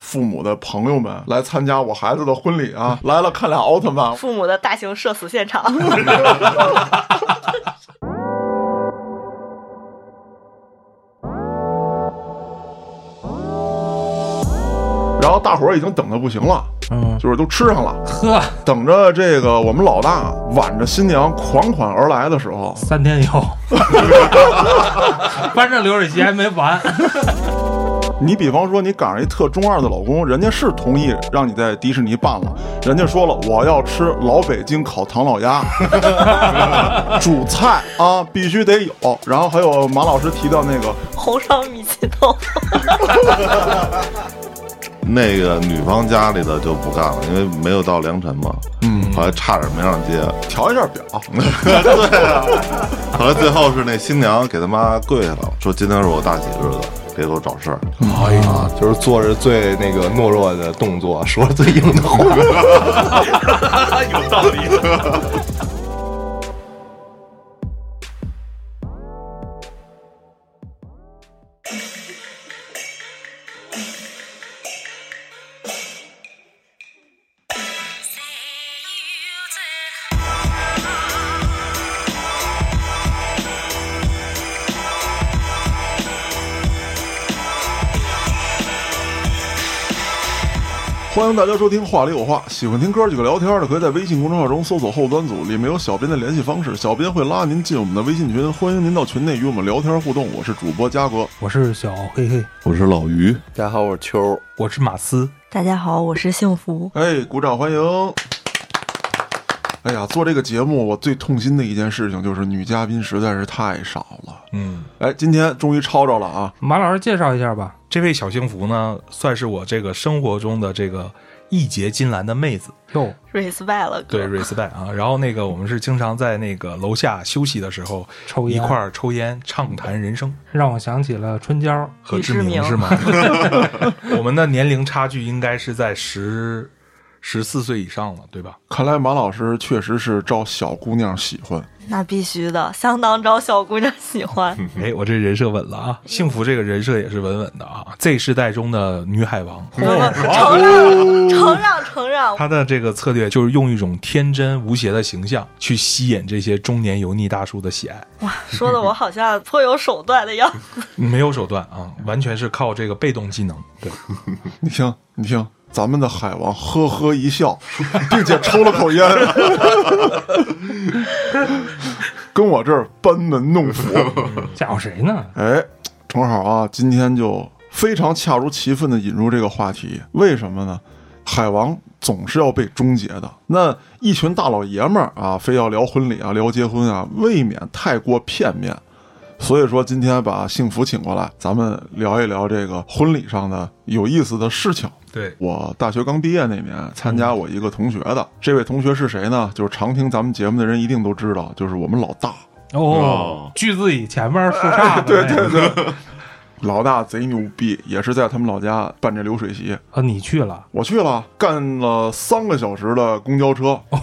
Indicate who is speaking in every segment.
Speaker 1: 父母的朋友们来参加我孩子的婚礼啊， 来了看俩奥特曼，
Speaker 2: 父母的大型社死现场。
Speaker 1: 然后大伙儿已经等的不行了，
Speaker 3: 嗯，
Speaker 1: 就是都吃上了，
Speaker 3: 呵，
Speaker 1: 等着这个我们老大挽着新娘款款而来的时候，
Speaker 3: 三天以 后，反正流水席还没完。
Speaker 1: 你比方说你赶上一特中二的老公，人家是同意让你在迪士尼办了，人家说了我要吃老北京烤唐老鸭，主菜啊必须得有，然后还有马老师提到那个
Speaker 2: 红烧米奇豆，
Speaker 4: 那个女方家里的就不干了，因为没有到良辰嘛，嗯，后来差点没让接，
Speaker 1: 调一下表，
Speaker 4: 对啊，后来最后是那新娘给他妈跪下了，说今天是我大喜日子，别给我找事儿。
Speaker 5: 哎呀，就是做着最那个懦弱的动作，说着最硬的话。
Speaker 3: 有道理。
Speaker 1: 欢迎大家收听《话里有话》，喜欢听哥几个聊天的，可以在微信公众号中搜索“后端组”，里面有小编的联系方式，小编会拉您进我们的微信群，欢迎您到群内与我们聊天互动。我是主播嘉哥，
Speaker 3: 我是小黑黑，
Speaker 4: 我是老于，
Speaker 5: 大家好，我是秋。
Speaker 3: 我是马斯。
Speaker 2: 大家好，我是幸福。
Speaker 1: 哎，鼓掌欢迎！哎呀，做这个节目我最痛心的一件事情就是女嘉宾实在是太少了。
Speaker 6: 嗯，
Speaker 1: 哎，今天终于抄着了啊！
Speaker 3: 马老师介绍一下吧。
Speaker 6: 这位小幸福呢，算是我这个生活中的这个义结金兰的妹子，
Speaker 3: 哟，
Speaker 2: respect 了，
Speaker 6: 对
Speaker 2: 哥，
Speaker 6: respect 啊。然后那个我们是经常在那个楼下休息的时候
Speaker 3: 抽
Speaker 6: 一
Speaker 3: 烟
Speaker 6: 块儿抽烟畅谈人生。
Speaker 3: 让我想起了春娇。
Speaker 6: 和
Speaker 2: 与
Speaker 6: 志
Speaker 2: 之
Speaker 6: 明
Speaker 2: 明
Speaker 6: 是 吗？我们的年龄差距应该是在十十四岁以上了，对吧？
Speaker 1: 看来马老师确实是招小姑娘喜欢。
Speaker 2: 那必须的，相当招小姑娘喜欢。
Speaker 6: 哎，我这人设稳了啊！幸福这个人设也是稳稳的啊，Z 世代中的女海王。
Speaker 2: 承让，承让，承让。
Speaker 6: 他的这个策略就是用一种天真无邪的形象去吸引这些中年油腻大叔的喜爱，
Speaker 2: 说的我好像颇有手段的样子。
Speaker 6: 没有手段啊，完全是靠这个被动技能。对，
Speaker 1: 你听，你听，咱们的海王呵呵一笑，并且抽了口烟，跟我这儿班门弄斧。
Speaker 3: 吓唬谁呢？
Speaker 1: 哎，正好啊，今天就非常恰如其分的引入这个话题。为什么呢？海王总是要被终结的。那一群大老爷们儿啊，非要聊婚礼啊，聊结婚啊，未免太过片面。所以说，今天把幸福请过来，咱们聊一聊这个婚礼上的有意思的事情。
Speaker 6: 对，
Speaker 1: 我大学刚毕业那年，参加我一个同学的，这位同学是谁呢？就是常听咱们节目的人一定都知道，就是我们老大。
Speaker 3: 哦，句子以前面竖 叉子。
Speaker 1: 对对。对，老大贼牛逼，也是在他们老家办这流水席，
Speaker 3: 啊，你去了？
Speaker 1: 我去了，干了三个小时的公交车
Speaker 4: 哇，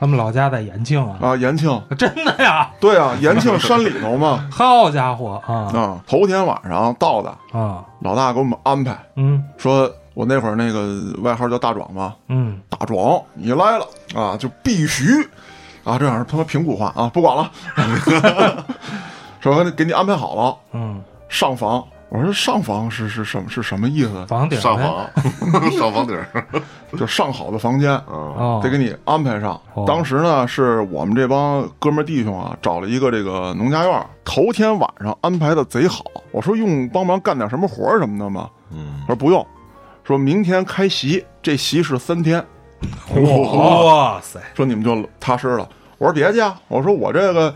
Speaker 3: 他们老家在延庆啊。
Speaker 1: 啊，延庆，
Speaker 3: 真的呀？
Speaker 1: 对啊，延庆山里头嘛，
Speaker 3: 好家伙啊
Speaker 1: 啊，头天晚上到的，
Speaker 3: 啊！
Speaker 1: 老大给我们安排，
Speaker 3: 嗯
Speaker 1: 说我那会儿那个外号叫大壮嘛，
Speaker 3: 嗯，
Speaker 1: 大壮，你来了啊，就必须啊，这样是他妈平谷话啊，不管了， 说给你安排好了，
Speaker 3: 嗯，
Speaker 1: 上房。我说上房是是什么是什么意思？
Speaker 3: 房顶呗
Speaker 4: 上房，上房顶儿，
Speaker 1: 就上好的房间，
Speaker 3: 哦，
Speaker 1: 得给你安排上。
Speaker 3: 哦
Speaker 1: 当时呢，是我们这帮哥们儿弟兄啊，找了一个这个农家院儿，头天晚上安排的贼好。我说用帮忙干点什么活儿什么的吗？
Speaker 4: 嗯，
Speaker 1: 他说不用，说明天开席，这席是三天，
Speaker 3: 哦
Speaker 6: 哇塞，
Speaker 1: 说你们就踏实了。我说别介啊，我说我这个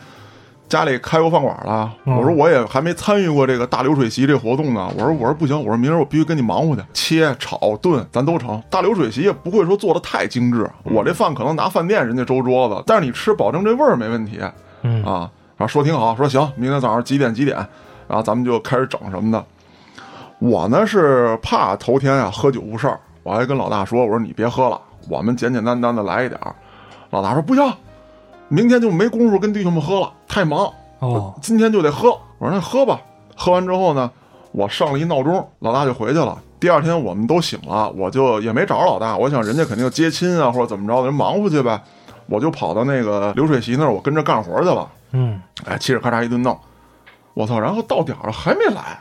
Speaker 1: 家里开过饭馆了，
Speaker 3: 嗯
Speaker 1: 我说我也还没参与过这个大流水席这活动呢。我说我说不行，我说明儿我必须跟你忙活去，切、炒、炖咱都成。大流水席也不会说做的太精致，
Speaker 3: 嗯
Speaker 1: 我这饭可能拿饭店人家周桌子，但是你吃保证这味儿没问题啊。
Speaker 3: 嗯
Speaker 1: 然后说挺好，说行，明天早上几点几点，然后咱们就开始整什么的。我呢是怕头天啊喝酒误事儿，我还跟老大说，我说你别喝了，我们简简单单的来一点儿。老大说不行，明天就没工夫跟弟兄们喝了，太忙，
Speaker 3: 哦，。
Speaker 1: 今天就得喝。我说那喝吧。喝完之后呢，我上了一闹钟，老大就回去了。第二天我们都醒了，我就也没找着老大，我想人家肯定接亲啊或者怎么着，人忙活去呗，我就跑到那个流水席那儿，我跟着干活去了。
Speaker 6: 嗯，
Speaker 1: 哎，嘁哩咔嚓一顿闹，我操！然后到点儿了还没来，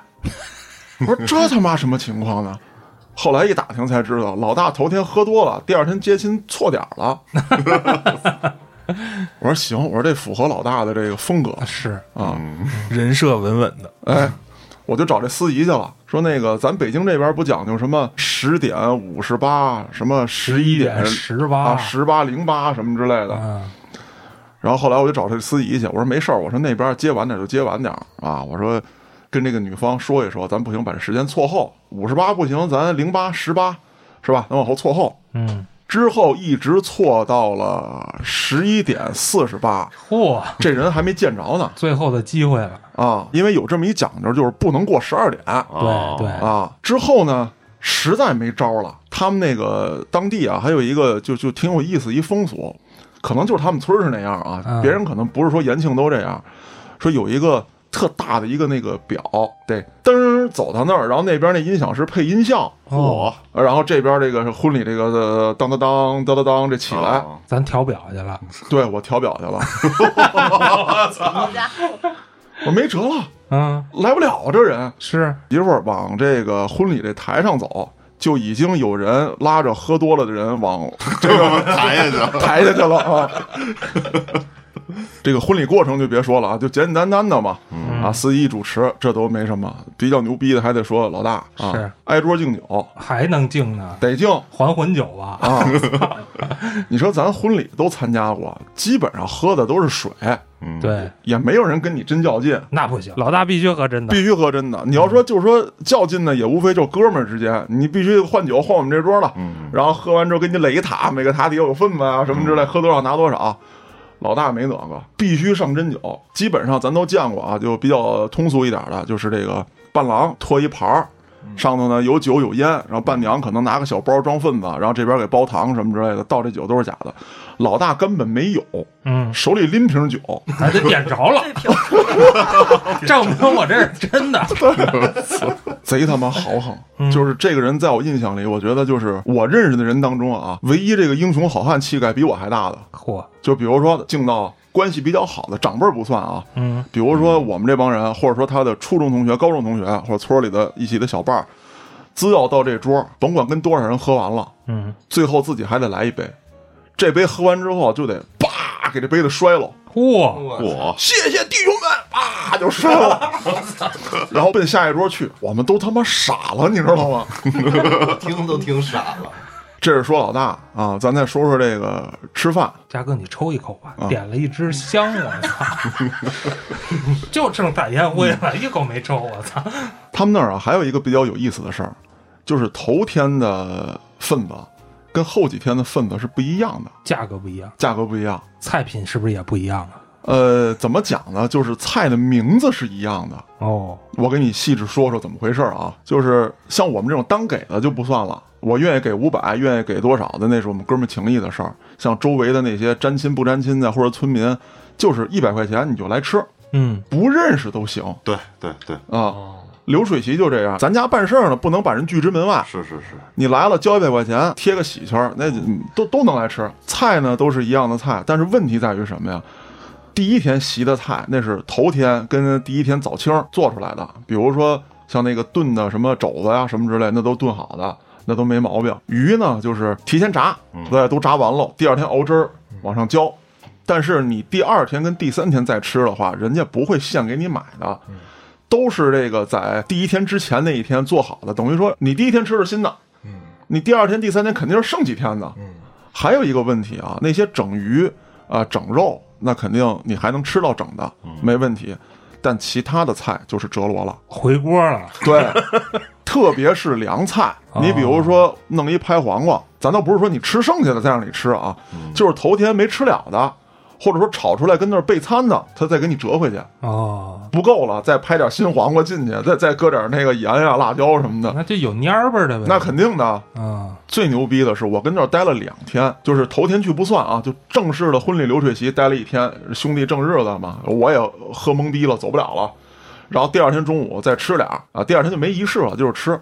Speaker 1: 我说这他妈什么情况呢？后来一打听才知道，老大头天喝多了，第二天接亲错点儿了。我说行，我说这符合老大的这个风格
Speaker 6: 是
Speaker 1: 啊，
Speaker 7: 人设稳稳的，
Speaker 1: 哎，我就找这司仪去了，说那个咱北京这边不讲究什么十点五十八，什么十一点
Speaker 6: 18
Speaker 1: 啊，十八啊零八什么之类的。
Speaker 6: 嗯
Speaker 1: 然后后来我就找这司仪去，我说没事儿，我说那边接晚点就接晚点儿啊，我说跟这个女方说一说，咱不行把这时间错后，五十八不行，咱零八十八是吧？咱往后错后，
Speaker 6: 嗯，
Speaker 1: 之后一直错到了十一点四十八，
Speaker 6: 嚯，
Speaker 1: 这人还没见着呢
Speaker 6: 最后的机会了，
Speaker 1: 啊，因为有这么一讲究，就是不能过十二点
Speaker 6: 对对，
Speaker 1: 啊。之后呢，实在没招了，他们那个当地啊，还有一个就就挺有意思一风俗，可能就是他们村儿是那样啊
Speaker 6: 嗯，
Speaker 1: 别人可能不是说延庆都这样，说有一个。特大的一个那个表，得噔儿走到那儿，然后那边那音响师配音效，
Speaker 6: 哦
Speaker 1: 嚯然后这边这个是婚礼这个呃当当当当当当这起来，
Speaker 4: 啊
Speaker 6: 咱调表去了，
Speaker 1: 对我调表去了，
Speaker 2: 好家伙，
Speaker 1: 我没辙了，
Speaker 6: 嗯，
Speaker 1: 来不了啊这人。
Speaker 6: 是
Speaker 1: 一会儿往这个婚礼这台上走，就已经有人拉着喝多了的人往
Speaker 4: 这个抬下去了，
Speaker 1: 台下去了啊。这个婚礼过程就别说了啊，就简简单单的嘛，啊，司仪主持这都没什么，比较牛逼的还得说老大啊，
Speaker 6: 是
Speaker 1: 挨桌敬酒
Speaker 6: 还能敬呢，
Speaker 1: 得敬。
Speaker 6: 还魂酒吧，
Speaker 1: 啊，你说咱婚礼都参加过，基本上喝的都是水，
Speaker 4: 嗯，
Speaker 6: 对，
Speaker 1: 也没有人跟你真较劲，
Speaker 6: 那不行，老大必须 喝真的，
Speaker 1: 必须喝真的。你要说就是说较劲呢，也无非就哥们儿之间，你必须换酒换我们这桌了，
Speaker 4: 嗯，
Speaker 1: 然后喝完之后给你垒一塔，每个塔底下有份子啊什么之类，喝多少拿多少。老大没那个，必须上真酒。基本上咱都见过啊，就比较通俗一点的，就是这个伴郎托一盘儿，上头呢有酒有烟，然后伴娘可能拿个小包装份子，然后这边给包糖什么之类的，倒这酒都是假的。老大根本没有，
Speaker 6: 嗯，
Speaker 1: 手里拎瓶酒，
Speaker 6: 还得点着了，
Speaker 2: 这瓶
Speaker 6: 证明我这是真的，
Speaker 1: 贼他妈豪横，就是这个人，在我印象里，我觉得就是我认识的人当中啊，唯一这个英雄好汉气概比我还大的，
Speaker 6: 嚯，
Speaker 1: 就比如说敬到关系比较好的长辈儿不算啊，
Speaker 6: 嗯，
Speaker 1: 比如说我们这帮人，或者说他的初中同学、高中同学，或者村里的一起的小伴儿，只要到这桌，甭管跟多少人喝完了，
Speaker 6: 嗯，
Speaker 1: 最后自己还得来一杯，这杯喝完之后就得叭给这杯子摔了，
Speaker 6: 嚯，
Speaker 4: 我
Speaker 1: 谢谢弟兄们，啊，就摔 了，然后奔下一桌去。我们都他妈傻了，你知道吗？
Speaker 5: 听都听傻了。
Speaker 1: 这是说老大啊，咱再说说这个吃饭。
Speaker 6: 嘉哥你抽一口吧，点了一支香，我操， 就剩大烟灰了，一口没抽，我操，
Speaker 1: 他们那儿啊，还有一个比较有意思的事儿，就是头天的份子跟后几天的份子是不一样的，
Speaker 6: 价格不一样，
Speaker 1: 价格不一样。
Speaker 6: 菜品是不是也不一样啊？
Speaker 1: 呃，怎么讲呢？就是菜的名字是一样的。
Speaker 6: 哦，
Speaker 1: 我给你细致说说怎么回事儿啊？就是像我们这种单给的就不算了，我愿意给五百，愿意给多少的，那是我们哥们儿情谊的事儿。像周围的那些沾亲不沾亲的或者村民，就是一百块钱你就来吃，
Speaker 6: 嗯，
Speaker 1: 不认识都行
Speaker 4: 对对对，
Speaker 1: 啊。流水席就这样，咱家办事儿呢，不能把人拒之门外。
Speaker 4: 是是是，
Speaker 1: 你来了交一百块钱，贴个喜签儿，那嗯都都能来吃。菜呢都是一样的菜，但是问题在于什么呀？第一天席的菜那是头天跟第一天早清儿做出来的，比如说像那个炖的什么肘子呀、什么之类，那都炖好的，那都没毛病。鱼呢就是提前炸，对，都炸完了，第二天熬汁儿往上浇。但是你第二天跟第三天再吃的话，人家不会现给你买的，都是这个在第一天之前那一天做好的，等于说你第一天吃是新的，你第二天、第三天肯定是剩几天的。还有一个问题啊，那些整鱼啊、整肉，那肯定你还能吃到整的，没问题。但其他的菜就是折罗了，
Speaker 6: 回锅了，
Speaker 1: 对，特别是凉菜，你比如说弄一拍黄瓜，咱倒不是说你吃剩下的再让你吃啊，就是头天没吃了的，或者说炒出来跟那儿备餐的，他再给你折回去，
Speaker 6: 哦，
Speaker 1: 不够了再拍点新黄瓜进去，再再搁点那个盐呀、辣椒什么的，
Speaker 6: 那就有蔫儿吧的呗，
Speaker 1: 那肯定的。
Speaker 6: 啊，
Speaker 1: 最牛逼的是，我跟那儿待了两天，就是头天去不算啊，就正式的婚礼流水席待了一天，兄弟正日子嘛，我也喝懵啊逼了，走不了了。然后第二天中午再吃俩啊，第二天就没仪式了，就是吃。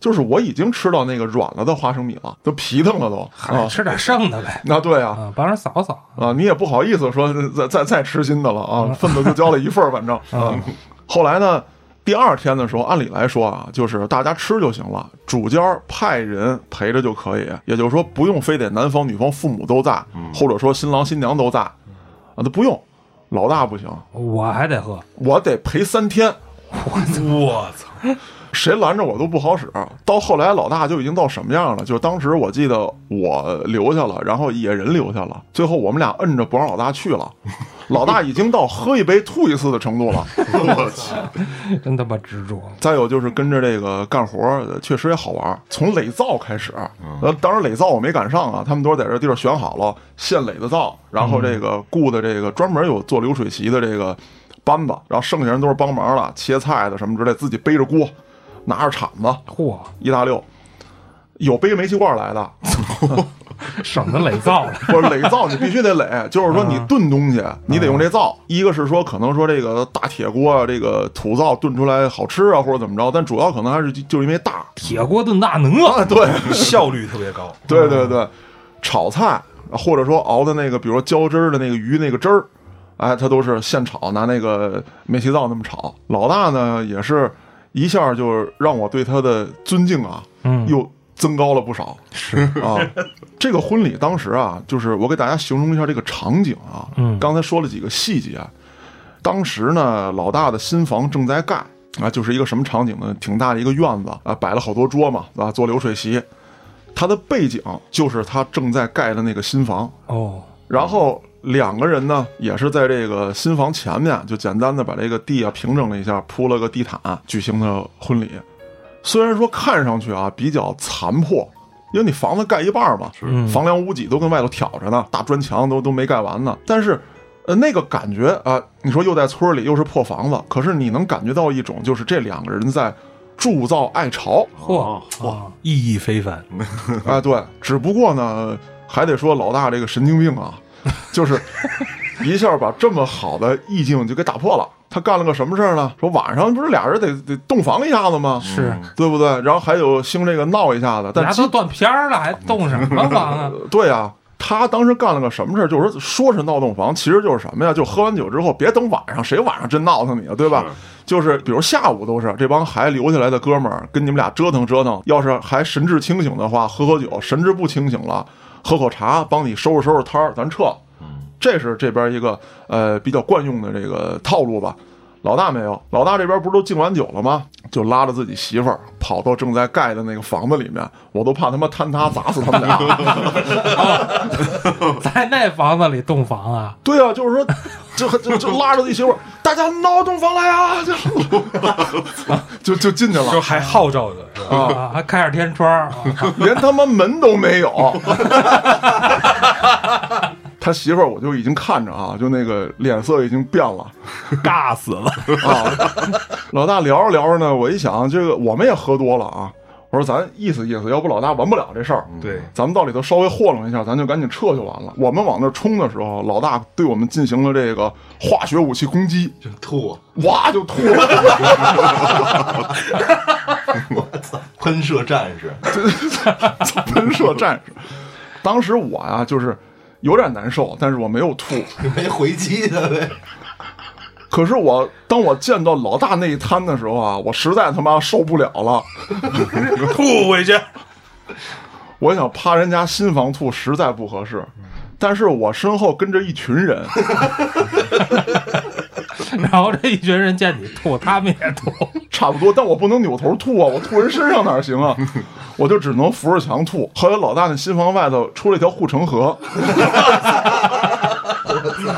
Speaker 1: 就是我已经吃到那个软了的花生米了，都皮疼了都。
Speaker 6: 嗨，
Speaker 1: 啊，
Speaker 6: 哎吃点剩的呗，
Speaker 1: 那对啊，
Speaker 6: 啊，帮人扫扫。
Speaker 1: 啊，你也不好意思说再再再吃新的了啊，份子就交了一份儿，反正啊。后来呢，第二天的时候，按理来说啊，就是大家吃就行了，主家派人陪着就可以，也就是说不用非得男方女方父母都在，或者说新郎新娘都在啊，都不用。老大不行，
Speaker 6: 我还得喝，
Speaker 1: 我得陪三天，
Speaker 7: 我操！
Speaker 1: 谁拦着我都不好使。到后来，老大就已经到什么样了？就是当时我记得我留下了，然后野人留下了，最后我们俩摁着不让老大去了。老大已经到喝一杯吐一次的程度了。
Speaker 4: 我去，
Speaker 6: 真他妈执着。
Speaker 1: 再有就是跟着这个干活儿，呃确实也好玩儿。从垒造开始，呃，当然垒造我没赶上啊，他们都是在这地儿选好了现垒的造，然后这个雇的这个专门有做流水席的这个班子，然后剩下人都是帮忙了，切菜的什么之类，自己背着锅，拿着铲子，
Speaker 6: 嚯，
Speaker 1: 一大溜，有背煤气罐来的，
Speaker 6: 省得垒灶了。
Speaker 1: 不是垒灶，你必须得垒，就是说你炖东西，你得用这灶。一个是说可能说这个大铁锅啊，这个土灶炖出来好吃啊，或者怎么着，但主要可能还是就就因为大
Speaker 6: 铁锅炖大鹅，
Speaker 1: 啊，对
Speaker 7: 效率特别高。
Speaker 1: 对对对，炒菜或者说熬的那个，比如说浇汁儿的那个鱼那个汁儿，哎，它都是现炒，拿那个煤气灶那么炒。老大呢也是一下就让我对他的尊敬啊，
Speaker 6: 嗯
Speaker 1: 又增高了不少。
Speaker 6: 是
Speaker 1: 啊，这个婚礼当时啊，就是我给大家形容一下这个场景啊。
Speaker 6: 嗯
Speaker 1: 刚才说了几个细节，啊当时呢，老大的新房正在盖啊，就是一个什么场景呢？挺大的一个院子啊，摆了好多桌嘛啊，做流水席。他的背景就是他正在盖的那个新房，
Speaker 6: 哦，
Speaker 1: 然后两个人呢，也是在这个新房前面，就简单的把这个地啊平整了一下，铺了个地毯，举行的婚礼。虽然说看上去啊比较残破，因为你房子盖一半儿嘛，
Speaker 6: 嗯
Speaker 1: 房梁屋脊都跟外头挑着呢，大砖墙都都没盖完呢。但是，呃，那个感觉啊、你说又在村里，又是破房子，可是你能感觉到一种，就是这两个人在铸造爱巢。
Speaker 6: 嚯啊
Speaker 4: 哇
Speaker 6: 哇，
Speaker 7: 意义非凡，
Speaker 6: 嗯
Speaker 1: 啊，对，只不过呢，还得说老大这个神经病啊，就是一下把这么好的意境就给打破了。他干了个什么事儿呢？说晚上不是俩人得得洞房一下子吗？
Speaker 6: 是
Speaker 1: 对不对？然后还有兴这个闹一下子，但
Speaker 6: 牙
Speaker 1: 基
Speaker 6: 都断片儿了，还动什么房啊？
Speaker 1: 对啊，他当时干了个什么事儿？就是说说是闹洞房，其实就是什么呀？就喝完酒之后，别等晚上，谁晚上真闹腾你啊，对吧？就是比如下午都是这帮还留下来的哥们儿跟你们俩折腾折腾，要是还神志清醒的话，喝喝酒；神志不清醒了，喝口茶，帮你收拾收拾摊儿，咱撤。这是这边一个呃比较惯用的这个套路吧。老大没有，老大这边不是都敬完酒了吗？就拉着自己媳妇儿跑到正在盖的那个房子里面，我都怕他妈坍塌砸死他们俩。
Speaker 6: 在那房子里洞房啊？
Speaker 1: 对啊，就是说，就就就拉着一媳妇儿，大家闹洞房来啊，就 就就进去
Speaker 7: 就
Speaker 1: 了，
Speaker 7: 还号召着是吧？
Speaker 6: 啊，还开着天窗儿，啊
Speaker 1: 连他妈门都没有。 他媳妇儿我就已经看着啊，就那个脸色已经变了
Speaker 7: 尬死了，
Speaker 1: 啊。 老大聊着聊着呢，我一想，这个我们也喝多了啊，我说咱意思意思，要不老大完不了这事儿。
Speaker 7: 对，
Speaker 1: 咱们到里头稍微霍楞一下，咱就赶紧撤就完了。我们往那儿冲的时候，老大对我们进行了这个化学武器攻击，
Speaker 5: 就吐，
Speaker 1: 哇就吐了。
Speaker 5: 喷射战士，
Speaker 1: 喷射战士。当时我呀、就是有点难受，但是我没有吐。
Speaker 5: 你没回击他呗？
Speaker 1: 可是我当我见到老大那一摊的时候啊，我实在他妈受不了 了，
Speaker 7: 吐回去。
Speaker 1: 我想趴人家新房吐实在不合适。但是我身后跟着一群人，
Speaker 6: 然后这一群人见你吐，他们也吐，
Speaker 1: 差不多，但我不能扭头吐啊， 我吐人身上哪行啊？ 我就只能扶着墙吐。后来老大那新房外头出了一条护城河，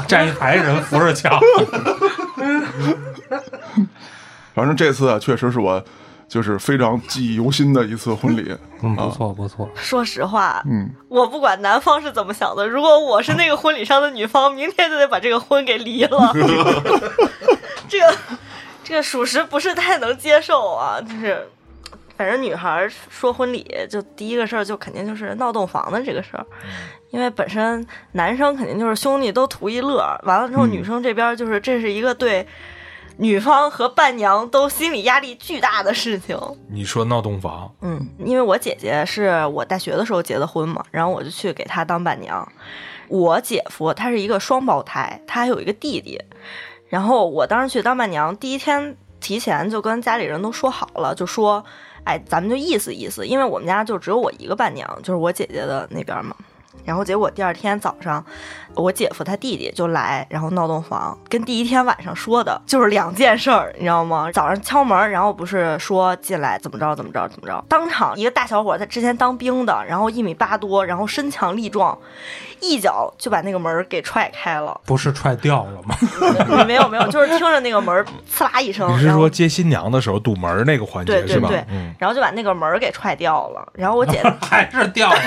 Speaker 6: 站一排人扶着墙，
Speaker 1: 反正这次啊，确实是我就是非常记忆犹新的一次婚礼。
Speaker 6: 嗯，不错不错，
Speaker 2: 说实话，
Speaker 1: 嗯，
Speaker 2: 我不管男方是怎么想的，如果我是那个婚礼上的女方，明天就得把这个婚给离了。这个这个属实不是太能接受啊，就是。反正女孩儿说婚礼，就第一个事儿就肯定就是闹洞房的这个事儿，因为本身男生肯定就是兄弟都图一乐儿，完了之后女生这边就是这是一个对女方和伴娘都心理压力巨大的事情。
Speaker 6: 你说闹洞房，
Speaker 2: 嗯，因为我姐姐是我大学的时候结的婚嘛，然后我就去给她当伴娘。我姐夫他是一个双胞胎，他还有一个弟弟。然后我当时去当伴娘，第一天提前就跟家里人都说好了，就说，哎，咱们就意思意思，因为我们家就只有我一个伴娘，就是我姐姐的那边嘛。然后结果第二天早上，我姐夫他弟弟就来，然后闹洞房，跟第一天晚上说的就是两件事儿，你知道吗？早上敲门，然后不是说进来怎么着怎么着怎么着，当场一个大小伙，他之前当兵的，然后一米八多，然后身强力壮，一脚就把那个门给踹开了
Speaker 3: 不是踹掉了吗？
Speaker 2: 没有没有，就是听着那个门刺啦一声，
Speaker 6: 你是
Speaker 2: 然后
Speaker 6: 说接新娘的时候堵门那个环
Speaker 2: 哦对
Speaker 6: 节
Speaker 2: 对
Speaker 6: 是吧？
Speaker 2: 对，
Speaker 6: 嗯，
Speaker 2: 然后就把那个门儿给踹掉了。然后我姐
Speaker 3: 还是掉 了，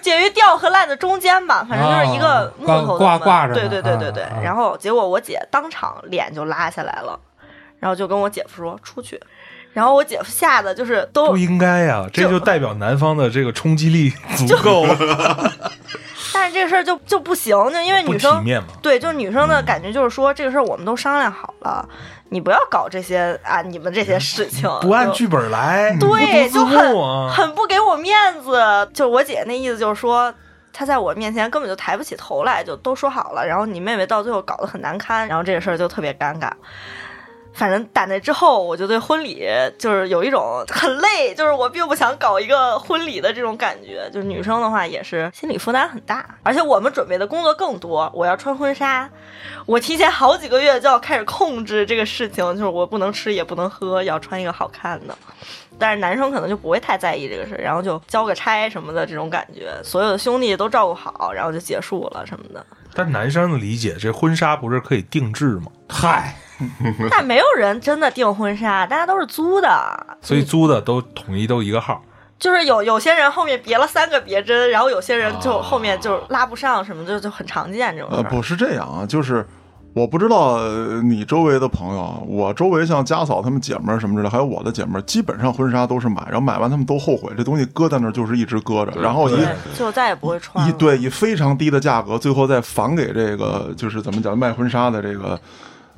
Speaker 2: 介于掉和烂的中间吧，反正就是一个木头的门
Speaker 3: 挂挂挂着呢
Speaker 2: 对对对对对。
Speaker 3: 啊啊
Speaker 2: 然后结果我姐当场脸就拉下来了，然后就跟我姐夫说出去。然后我姐夫吓得就是都
Speaker 6: 不，应该呀、这就代表男方的这个冲击力足够
Speaker 2: 但是这个事儿就就不行，就因为
Speaker 6: 不
Speaker 2: 女
Speaker 6: 体
Speaker 2: 生
Speaker 6: 面嘛。
Speaker 2: 对，就是女生的感觉就是说这个事儿我们都商量好了，你不要搞这些啊，你们这些事情
Speaker 6: 不按
Speaker 2: 就
Speaker 6: 剧本来，
Speaker 2: 对，
Speaker 6: 不
Speaker 2: 就
Speaker 6: 读字幕
Speaker 2: 很
Speaker 6: 啊，
Speaker 2: 很不给我面子。就我姐那意思就是说，她在我面前根本就抬不起头来，就都说好了，然后你妹妹到最后搞得很难堪，然后这个事儿就特别尴尬。反正打那之后，我就对婚礼就是有一种很累，就是我并不想搞一个婚礼的这种感觉。就是女生的话也是心理负担很大，而且我们准备的工作更多。我要穿婚纱，我提前好几个月就要开始控制这个事情，就是我不能吃也不能喝，要穿一个好看的。但是男生可能就不会太在意这个事儿，然后就交个差什么的这种感觉，所有的兄弟都照顾好，然后就结束了什么的。
Speaker 6: 但男生的理解，这婚纱不是可以定制吗？
Speaker 3: 嗨，
Speaker 2: 但没有人真的订婚纱，大家都是租的，
Speaker 6: 所以租的都统一都一个号，
Speaker 2: 就是有有些人后面别了三个别针，然后有些人就后面就拉不上什么，就就很常见这种
Speaker 1: 呃，
Speaker 2: 事儿。
Speaker 1: 不是这样啊，就是我不知道呃你周围的朋友啊，我周围像家嫂她们姐们儿什么之类，还有我的姐们儿，基本上婚纱都是买，然后买完她们都后悔，这东西搁在那儿就是一直搁着，然后以
Speaker 2: 对，就再也不会穿
Speaker 1: 以
Speaker 2: 了。嗯
Speaker 1: 对以非常低的价格，最后再返给这个就是怎么讲卖婚纱的这个。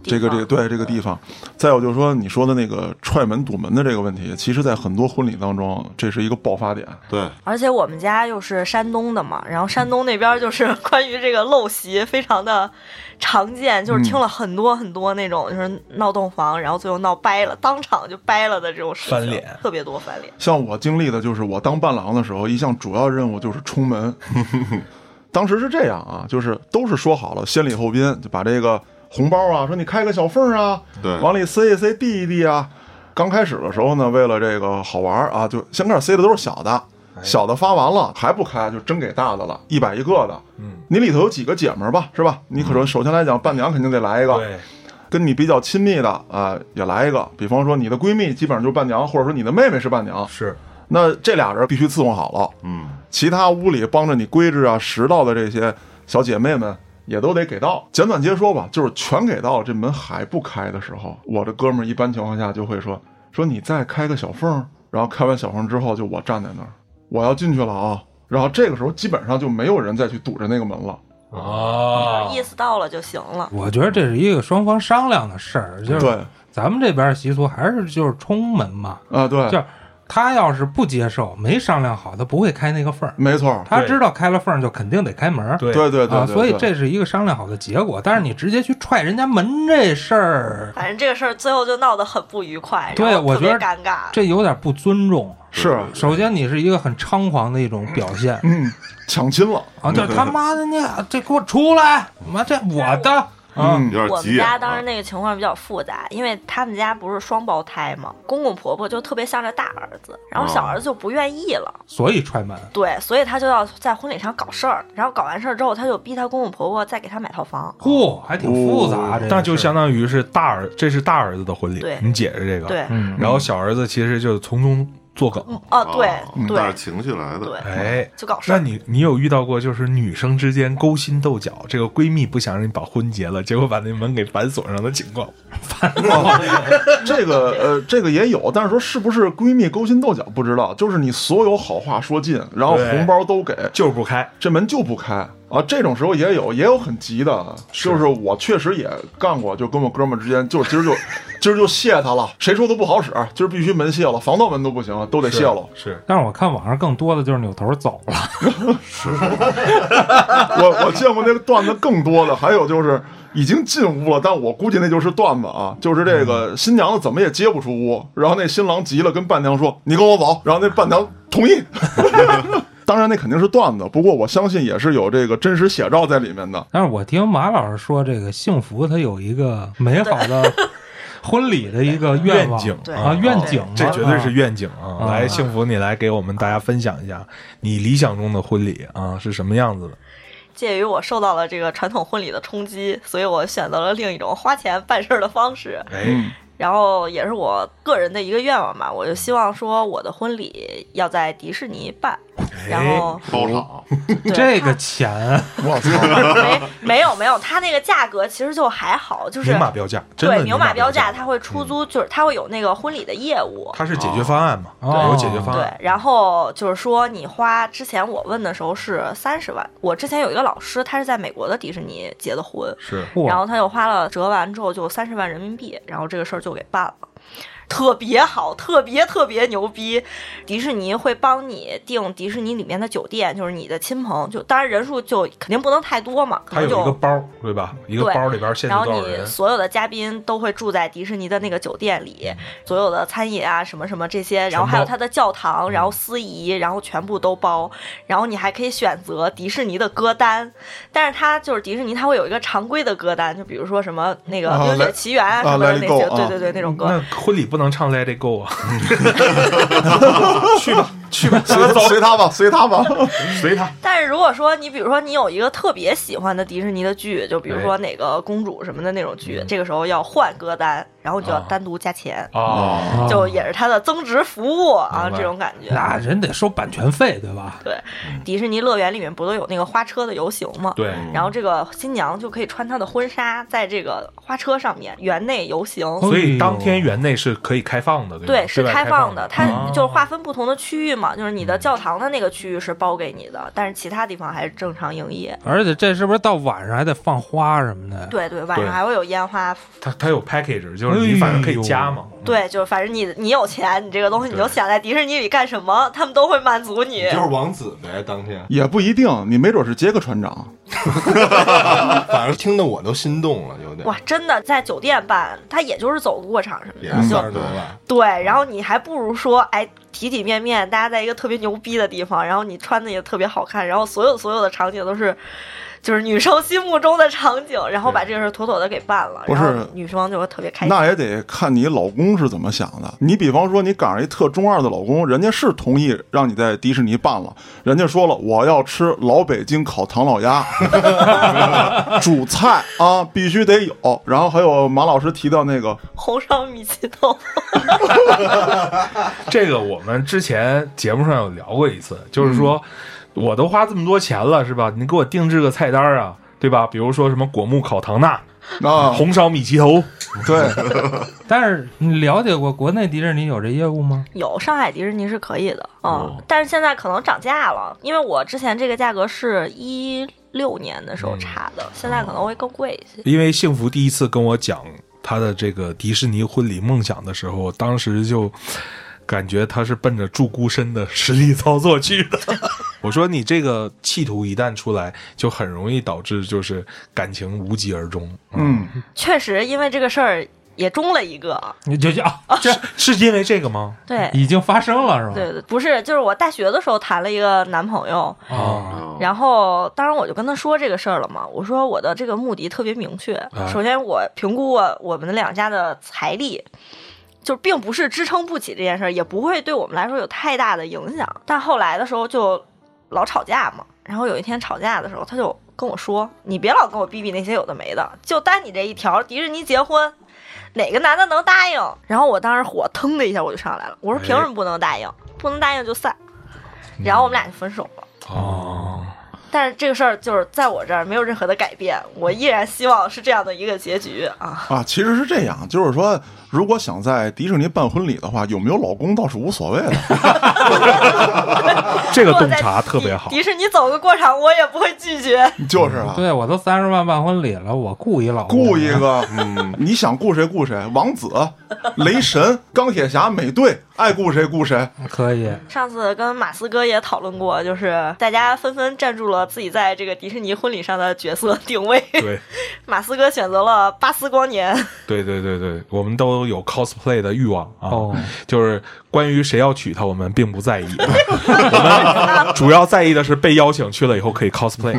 Speaker 1: 这个这个对这个地方，再有就是说你说的那个踹门堵门的这个问题，其实，在很多婚礼当中，这是一个爆发点。
Speaker 4: 对，
Speaker 2: 而且我们家又是山东的嘛，然后山东那边就是 关于这个陋习非常的常见，
Speaker 4: 嗯
Speaker 2: 就是听了很多很多那种就是闹洞房，然后最后闹掰了，当场就掰了的这种事情，
Speaker 6: 翻脸
Speaker 2: 特别多翻脸。
Speaker 1: 像我经历的就是我当伴郎的时候，一项主要任务就是冲 门。当时是这样啊，就是都是说好了先礼后兵，就把这个红包啊，说你开个小缝儿啊，
Speaker 4: 对
Speaker 1: 往里塞一塞，递一递啊。刚开始的时候呢，为了这个好玩儿啊，就先开始塞的都是小的，
Speaker 6: 哎
Speaker 1: 小的发完了还不开，就真给大的了，一百一个的。
Speaker 6: 嗯，
Speaker 1: 你里头有几个姐们儿吧，是吧？你可能首先来讲，伴娘肯定得来一个，
Speaker 6: 对，
Speaker 1: 跟你比较亲密的啊、也来一个。比方说你的闺蜜基本上就是伴娘，或者说你的妹妹是伴娘，
Speaker 6: 是
Speaker 1: 那这俩人必须伺候好了，
Speaker 4: 嗯，
Speaker 1: 其他屋里帮着你规制啊、拾到的这些小姐妹们也都得给到。简短截说吧，就是全给到了，这门还不开的时候，我的哥们儿一般情况下就会说说你再开个小缝儿，然后开完小缝儿之后，就我站在那儿，我要进去了啊。然后这个时候基本上就没有人再去堵着那个门了。
Speaker 4: 哦
Speaker 6: 啊，
Speaker 2: 意思到了就行了。
Speaker 3: 我觉得这是一个双方商量的事儿，就
Speaker 1: 对
Speaker 3: 是咱们这边习俗还是就是冲门嘛，
Speaker 1: 啊，对，
Speaker 3: 就是他要是不接受，没商量好，他不会开那个缝儿，
Speaker 1: 没错儿，
Speaker 3: 他知道开了缝儿就肯定得开门儿，
Speaker 6: 对
Speaker 1: 对对对对
Speaker 3: 啊，
Speaker 1: 对
Speaker 3: 所以这是一个商量好的结果。但是你直接去踹人家门这事儿，
Speaker 2: 反正这个事儿最后就闹得很不愉快，
Speaker 3: 对
Speaker 2: 然后哎特别
Speaker 3: 我觉得
Speaker 2: 尴尬。
Speaker 3: 这有点不尊重。啊
Speaker 1: 是啊
Speaker 3: 首先，你是一个很猖狂的一种表现
Speaker 1: 嗯，抢亲了，
Speaker 3: 啊！就是他妈的，你俩这给我出来！妈，这我的啊！
Speaker 1: 嗯，
Speaker 4: 有点
Speaker 2: 我
Speaker 4: 急
Speaker 2: 们
Speaker 4: 眼啊。
Speaker 2: 家当时那个情况比较复杂，因为他们家不是双胞胎嘛，公公婆婆就特别向着大儿子，然后小
Speaker 4: 哦
Speaker 2: 儿子就不愿意了，
Speaker 3: 所以踹门，
Speaker 2: 对，所以他就要在婚礼上搞事儿，然后搞完事儿之后，他就逼他公公婆婆再给他买套房。
Speaker 3: 嚯，还挺复
Speaker 1: 哦
Speaker 3: 杂。这个事儿
Speaker 6: 那就相当于是大儿，这是大儿子的婚礼
Speaker 2: 对，
Speaker 6: 你解释这个，
Speaker 2: 对，
Speaker 3: 嗯，
Speaker 6: 然后小儿子其实就是从中作梗，
Speaker 2: 哦，
Speaker 4: 啊
Speaker 2: 对
Speaker 4: 带着
Speaker 2: 对
Speaker 4: 情绪来的，
Speaker 2: 对，
Speaker 6: 哎。
Speaker 2: 就搞事
Speaker 6: 那
Speaker 2: 儿。
Speaker 6: 你你有遇到过就是女生之间勾心斗角，这个闺蜜不想让你把婚结了，结果把那门给反锁上的情况？
Speaker 1: 这个呃，这个也有，但是说是不是闺蜜勾心斗角不知道，就是你所有好话说尽，然后
Speaker 6: 对
Speaker 1: 红包都给，
Speaker 6: 就是不开，
Speaker 1: 这门就不开。啊，这种时候也有，也有很急的，就是我确实也干过，就跟我哥们儿之间，就是今儿就今儿就卸他了，谁说都不好使，今儿必须门卸了，防盗门都不行，都得卸了。
Speaker 7: 是，但是我看网上更多的就是扭头走了，
Speaker 1: 我我见过那个段子更多的，还有就是已经进屋了，但我估计那就是段子啊，就是这个新娘子怎么也接不出屋，然后那新郎急了，跟伴娘说：“你跟我走。”然后那伴娘同意。 当然，那肯定是段子，不过我相信也是有这个真实写照在里面的。
Speaker 7: 但是我听马老师说，这个幸福它有一个美好的 婚礼的一个愿望
Speaker 2: 愿景对
Speaker 7: 啊，愿景啊，
Speaker 2: 对
Speaker 7: 这
Speaker 2: 这
Speaker 7: 绝对是
Speaker 6: 是愿景嗯啊！
Speaker 7: 啊
Speaker 6: 来，
Speaker 7: 啊
Speaker 6: 幸福，你来给我们大家分享一下你理想中的婚礼啊是什么样子的？
Speaker 2: 鉴于我受到了这个传统婚礼的冲击，所以我选择了另一种花钱办事儿的方式。
Speaker 6: 哎
Speaker 1: 嗯，
Speaker 2: 然后也是我个人的一个愿望吧，我就希望说我的婚礼要在迪士尼办，
Speaker 6: 哎
Speaker 2: 然后
Speaker 4: 包场，
Speaker 2: 对
Speaker 7: 啊这个钱
Speaker 1: 我操，
Speaker 2: 没没有没有，它那个价格其实就还好，就是
Speaker 6: 明码标价，真的
Speaker 2: 对明
Speaker 6: 码
Speaker 2: 标
Speaker 6: 价，嗯
Speaker 2: 它会出租，就是它会有那个婚礼的业务。
Speaker 6: 它是解决方案嘛？
Speaker 7: 哦
Speaker 6: 有解决方
Speaker 2: 对
Speaker 6: 案，，
Speaker 2: 然后就是说，你花之前我问的时候是三十万。我之前有一个老师，他是在美国的迪士尼结的婚，
Speaker 6: 是
Speaker 2: 然
Speaker 7: 哇，
Speaker 2: 后他又花了折完之后就三十万人民币，然后这个事儿就给办了，特别好，特别特别牛逼。迪士尼会帮你订迪士尼里面的酒店，就是你的亲朋，就当然人数就肯定不能太多嘛，可
Speaker 6: 它
Speaker 2: 能
Speaker 6: 有一个
Speaker 2: 就。
Speaker 6: 包儿，对吧？一个
Speaker 2: 对
Speaker 6: 包里边限制
Speaker 2: 然后
Speaker 6: 多少
Speaker 2: 你
Speaker 6: 人？
Speaker 2: 所有的嘉宾都会住在迪士尼的那个酒店里，所有的餐饮啊什么什么这些，然后还有
Speaker 6: 包
Speaker 2: 它的教堂，然后司仪，然后全部都包。然后你还可以选择迪士尼的歌单，但是它就是迪士尼，它会有一个常规的歌单，就比如说什么那个
Speaker 1: 啊
Speaker 2: 《冰雪
Speaker 1: 来
Speaker 2: 奇缘》啊什
Speaker 1: 啊
Speaker 2: 么的
Speaker 1: ，Let
Speaker 2: 那
Speaker 1: It
Speaker 2: 些，
Speaker 1: Go，
Speaker 2: 对
Speaker 1: 啊
Speaker 2: 对对，那种歌。
Speaker 6: 嗯那婚礼不能唱 Let It Go 啊！
Speaker 1: 去吧去吧，随随他吧， 随他吧。，
Speaker 6: 随他，
Speaker 2: 但是如果说你比如说你有一个特别喜欢的迪士尼的剧，就比如说哪个公主什么的那种剧，这个时候要换歌单，然后你就要
Speaker 6: 啊
Speaker 2: 单独加钱，
Speaker 6: 哦，
Speaker 7: 啊
Speaker 2: 就也是它的增值服务啊
Speaker 6: 明白
Speaker 2: 这种感觉。
Speaker 7: 那人得收版权费对吧？
Speaker 2: 对，迪士尼乐园里面不都有那个花车的游行吗？
Speaker 6: 对，
Speaker 2: 然后这个新娘就可以穿她的婚纱，在这个花车上面园内游行。
Speaker 6: 所以当天园内是可以开放的，哦对吧，
Speaker 2: 对，是
Speaker 6: 对外
Speaker 2: 开
Speaker 6: 开
Speaker 2: 放的，
Speaker 6: 的，
Speaker 2: 它就是划分不同的区域嘛，就是你的教堂的那个区域是包给你的，但是其他地方还是正常营业。
Speaker 7: 而且这是不是到晚上还得放花什么的？
Speaker 2: 对对，晚上
Speaker 6: 对
Speaker 2: 还会有烟花，
Speaker 6: 它它有 package，就是你反正可以加嘛，
Speaker 2: 对，就是反正你你有钱，你这个东西你就想在迪士尼里干什么，他们都会满足你。
Speaker 5: 就是王子呗，当天
Speaker 1: 也不一定，你没准是杰克船长，
Speaker 5: 反正听得我都心动了，有点
Speaker 2: 哇，，真的在酒店办，他也就是走个过场什么
Speaker 5: 也
Speaker 2: 的，
Speaker 5: 是
Speaker 2: 就
Speaker 5: 三
Speaker 6: 哎
Speaker 5: 十多万，
Speaker 2: 对，然后你还不如说，哎，体体面面，大家在一个特别牛逼的地方，然后你穿的也特别好看，然后所有所有的场景都是，就是女生心目中的场景，然后把这个事儿妥妥的给办了，
Speaker 1: 不是
Speaker 2: 然后女生就会特别开心。
Speaker 1: 那也得看你老公是怎么想的。你比方说，你赶上一特中二的老公，人家是同意让你在迪士尼办了，人家说了我要吃老北京烤唐老鸭， 主菜啊必须得有。然后还有马老师提到那个，
Speaker 2: 红烧米奇豆，
Speaker 6: 这个我们之前节目上有聊过一次，就是说，我都花这么多钱了，是吧？你给我定制个菜单啊，对吧？比如说什么果木烤糖钠、
Speaker 1: 啊，
Speaker 6: 红烧米奇头，
Speaker 1: 对，
Speaker 7: 但是你了解过国内迪士尼有这业务吗？
Speaker 2: 有上海迪士尼是可以的，嗯，
Speaker 6: 哦
Speaker 2: 但是现在可能涨价了，因为我之前这个价格是一六年的时
Speaker 1: 嗯
Speaker 2: 候查的，现
Speaker 1: 哦
Speaker 2: 在可能会更贵一些。
Speaker 6: 因为幸福第一次跟我讲他的这个迪士尼婚礼梦想的时候，当时就感觉他是奔着祝孤身的实力操作去 的。我说你这个企图一旦出来，就很容易导致就是感情无疾而终。
Speaker 1: 嗯，
Speaker 2: 确实，因为这个事儿也中了一个，
Speaker 7: 你 就就啊，
Speaker 2: 哎
Speaker 6: 这嗯是因为这个吗？
Speaker 2: 对。
Speaker 7: 已经发生了是吧？
Speaker 2: 对对，不是，就是我大学的时候谈了一个男朋友，
Speaker 7: 啊，
Speaker 4: 哦
Speaker 2: 然后当然我就跟他说这个事儿了嘛，我说我的这个目的特别明确，首先我评估过我们两家的财力。就并不是支撑不起这件事儿，也不会对我们来说有太大的影响。但后来的时候就老吵架嘛，然后有一天吵架的时候，他就跟我说：“你别老跟我逼逼那些有的没的，就单你这一条，迪士尼结婚，哪个男的能答应？”然后我当时火腾的一下我就上来了，我说：“凭什么不能答应？不能答应就散。”然后我们俩就分手了。
Speaker 6: 哦，
Speaker 2: 但是这个事儿就是在我这儿没有任何的改变，我依然希望是这样的一个结局啊。
Speaker 1: 啊，其实是这样，就是说，如果想在迪士尼办婚礼的话，有没有老公倒是无所谓的，
Speaker 6: 这个
Speaker 2: 如果在
Speaker 6: 洞察特别
Speaker 2: 迪
Speaker 6: 好
Speaker 2: 迪士尼走个过场，我也不会拒绝。
Speaker 1: 就是啊，
Speaker 3: 对我都三十万办婚礼了，我雇一老公
Speaker 1: 雇一个，嗯，你想雇谁雇谁，王子、雷神、钢铁侠、美队，爱雇谁雇谁。
Speaker 3: 可以，
Speaker 7: 啊
Speaker 2: 上次跟马斯哥也讨论过，就是大家纷纷站住了自己在这个迪士尼婚礼上的角色定 位。
Speaker 6: 对，
Speaker 2: 马斯哥选择了巴斯光年，
Speaker 6: 对对对对，我们都有 cosplay 的欲望啊。
Speaker 3: 哦
Speaker 6: 就是关于谁要娶她，我们并不在意， 我们主要在意的是被邀请去了以后可以 cosplay。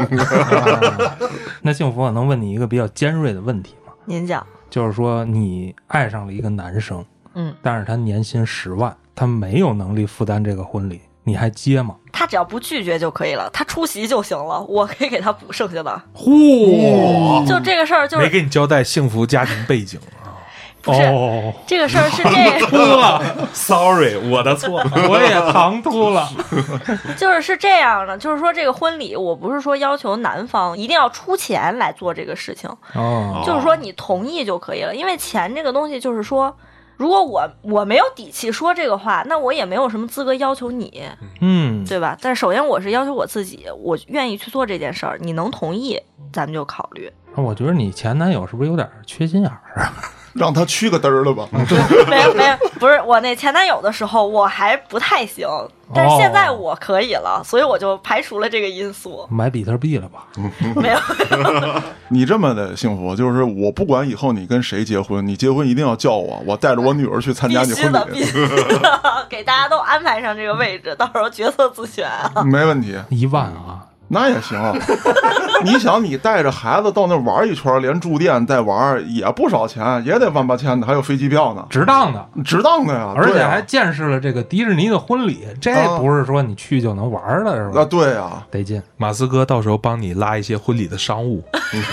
Speaker 3: 那幸福，我能问你一个比较尖锐的问题吗？
Speaker 2: 您讲，
Speaker 3: 就是说你爱上了一个男生，
Speaker 2: 嗯，
Speaker 3: 但是他年薪十万，他没有能力负担这个婚礼，你还接吗？
Speaker 2: 他只要不拒绝就可以了，他出席就行了，我可以给他补剩下的。
Speaker 6: 嚯、
Speaker 2: 就这个事儿，就
Speaker 6: 哦没
Speaker 2: 是
Speaker 6: 给你交代幸福家庭背景啊。
Speaker 2: 不是、
Speaker 3: 哦，
Speaker 2: 这个事儿是这，
Speaker 3: 秃了，
Speaker 6: Sorry，我的错。
Speaker 3: 我也唐突 了。
Speaker 2: 就是是这样的，就是说这个婚礼，我不是说要求男方一定要出钱来做这个事情，
Speaker 3: 哦，
Speaker 2: 就是说你同意就可以了，因为钱这个东西就是说。如果我我没有底气说这个话，那我也没有什么资格要求你，
Speaker 3: 嗯，
Speaker 2: 对吧？但是首先我是要求我自己，我愿意去做这件事儿，你能同意，咱们就考虑。
Speaker 3: 我觉得你前男友是不是有点缺心眼儿啊？
Speaker 1: 让他屈个嘚儿了吧，
Speaker 2: 没有没有，不是我那前男友的时候我还不太行，但是现
Speaker 3: 哦
Speaker 2: 在我可以了，所以我就排除了这个因素。
Speaker 3: 买比特币了吧？
Speaker 2: 没有，
Speaker 1: 你这么的幸福，就是我不管以后你跟谁结婚，你结婚一定要叫我，我带着我女儿去参加
Speaker 2: 必
Speaker 1: 你
Speaker 2: 须
Speaker 1: 婚
Speaker 2: 的，
Speaker 1: 礼
Speaker 2: 必，须的， 给大家都安排上这个位置，到 时候角色自选啊。
Speaker 1: 没问题，
Speaker 3: 一万啊，
Speaker 2: 嗯
Speaker 1: 那也 行。你想，你带着孩子到那玩一圈，连住店带玩也不少钱，也得万八千的，还有飞机票呢，
Speaker 3: 值当
Speaker 6: 啊
Speaker 3: 的，
Speaker 1: 值当的呀，
Speaker 3: 而
Speaker 1: 对
Speaker 3: 且
Speaker 1: 呀
Speaker 3: 还见识了这个迪士尼的婚礼，这
Speaker 1: 啊
Speaker 3: 不是说你去就能玩儿的，是
Speaker 1: 啊，
Speaker 3: 吧？
Speaker 1: 对呀，
Speaker 3: 得劲，
Speaker 6: 马斯哥到时候帮你拉一些婚礼的商务，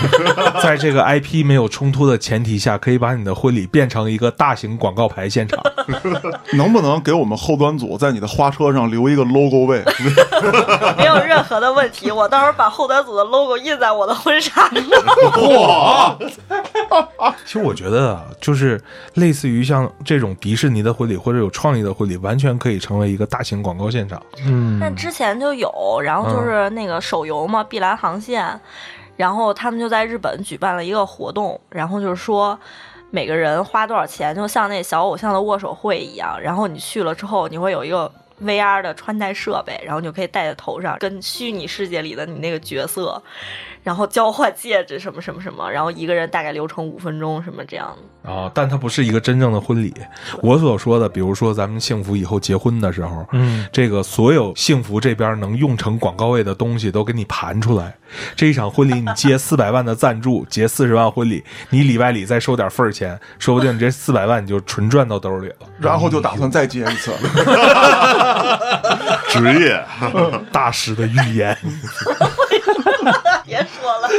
Speaker 6: 在这个 IP 没有冲突的前提下，可以把你的婚礼变成一个大型广告牌 现场。
Speaker 1: 能不能给我们后端组在你的花车上留一个 logo 位？
Speaker 2: 没有任何的问题，我到时候把后端组的 logo 印在我的婚纱上。
Speaker 6: 其实我觉得啊，就是类似于像这种迪士尼的婚礼或者有创意的婚礼，完全可以成为一个大型广告现场。
Speaker 3: 嗯，
Speaker 2: 但之前就有，然后就是那个手游嘛，碧蓝航线，然后他们就在日本举办了一个活动，然后就是说。每个人花多少钱，就像那小偶像的握手会一样。然后你去了之后，你会有一个 VR 的穿戴设备，然后你就可以戴在头上，跟虚拟世界里的你那个角色，然后交换戒指什么什么什么。然后一个人大概流程五分钟什么这样的。
Speaker 6: 啊，但它不是一个真正的婚礼。我所说的，比如说咱们幸福以后结婚的时候，
Speaker 3: 嗯，
Speaker 6: 这个所有幸福这边能用成广告位的东西都给你盘出来。这一场婚礼你接四百万的赞助，结四十万婚礼，你里外里再收点份儿钱，说不定你这四百万你就纯赚到兜里了。
Speaker 1: 然后就打算再结一次。
Speaker 4: 职业，
Speaker 6: 大师的预言，
Speaker 2: 别说了，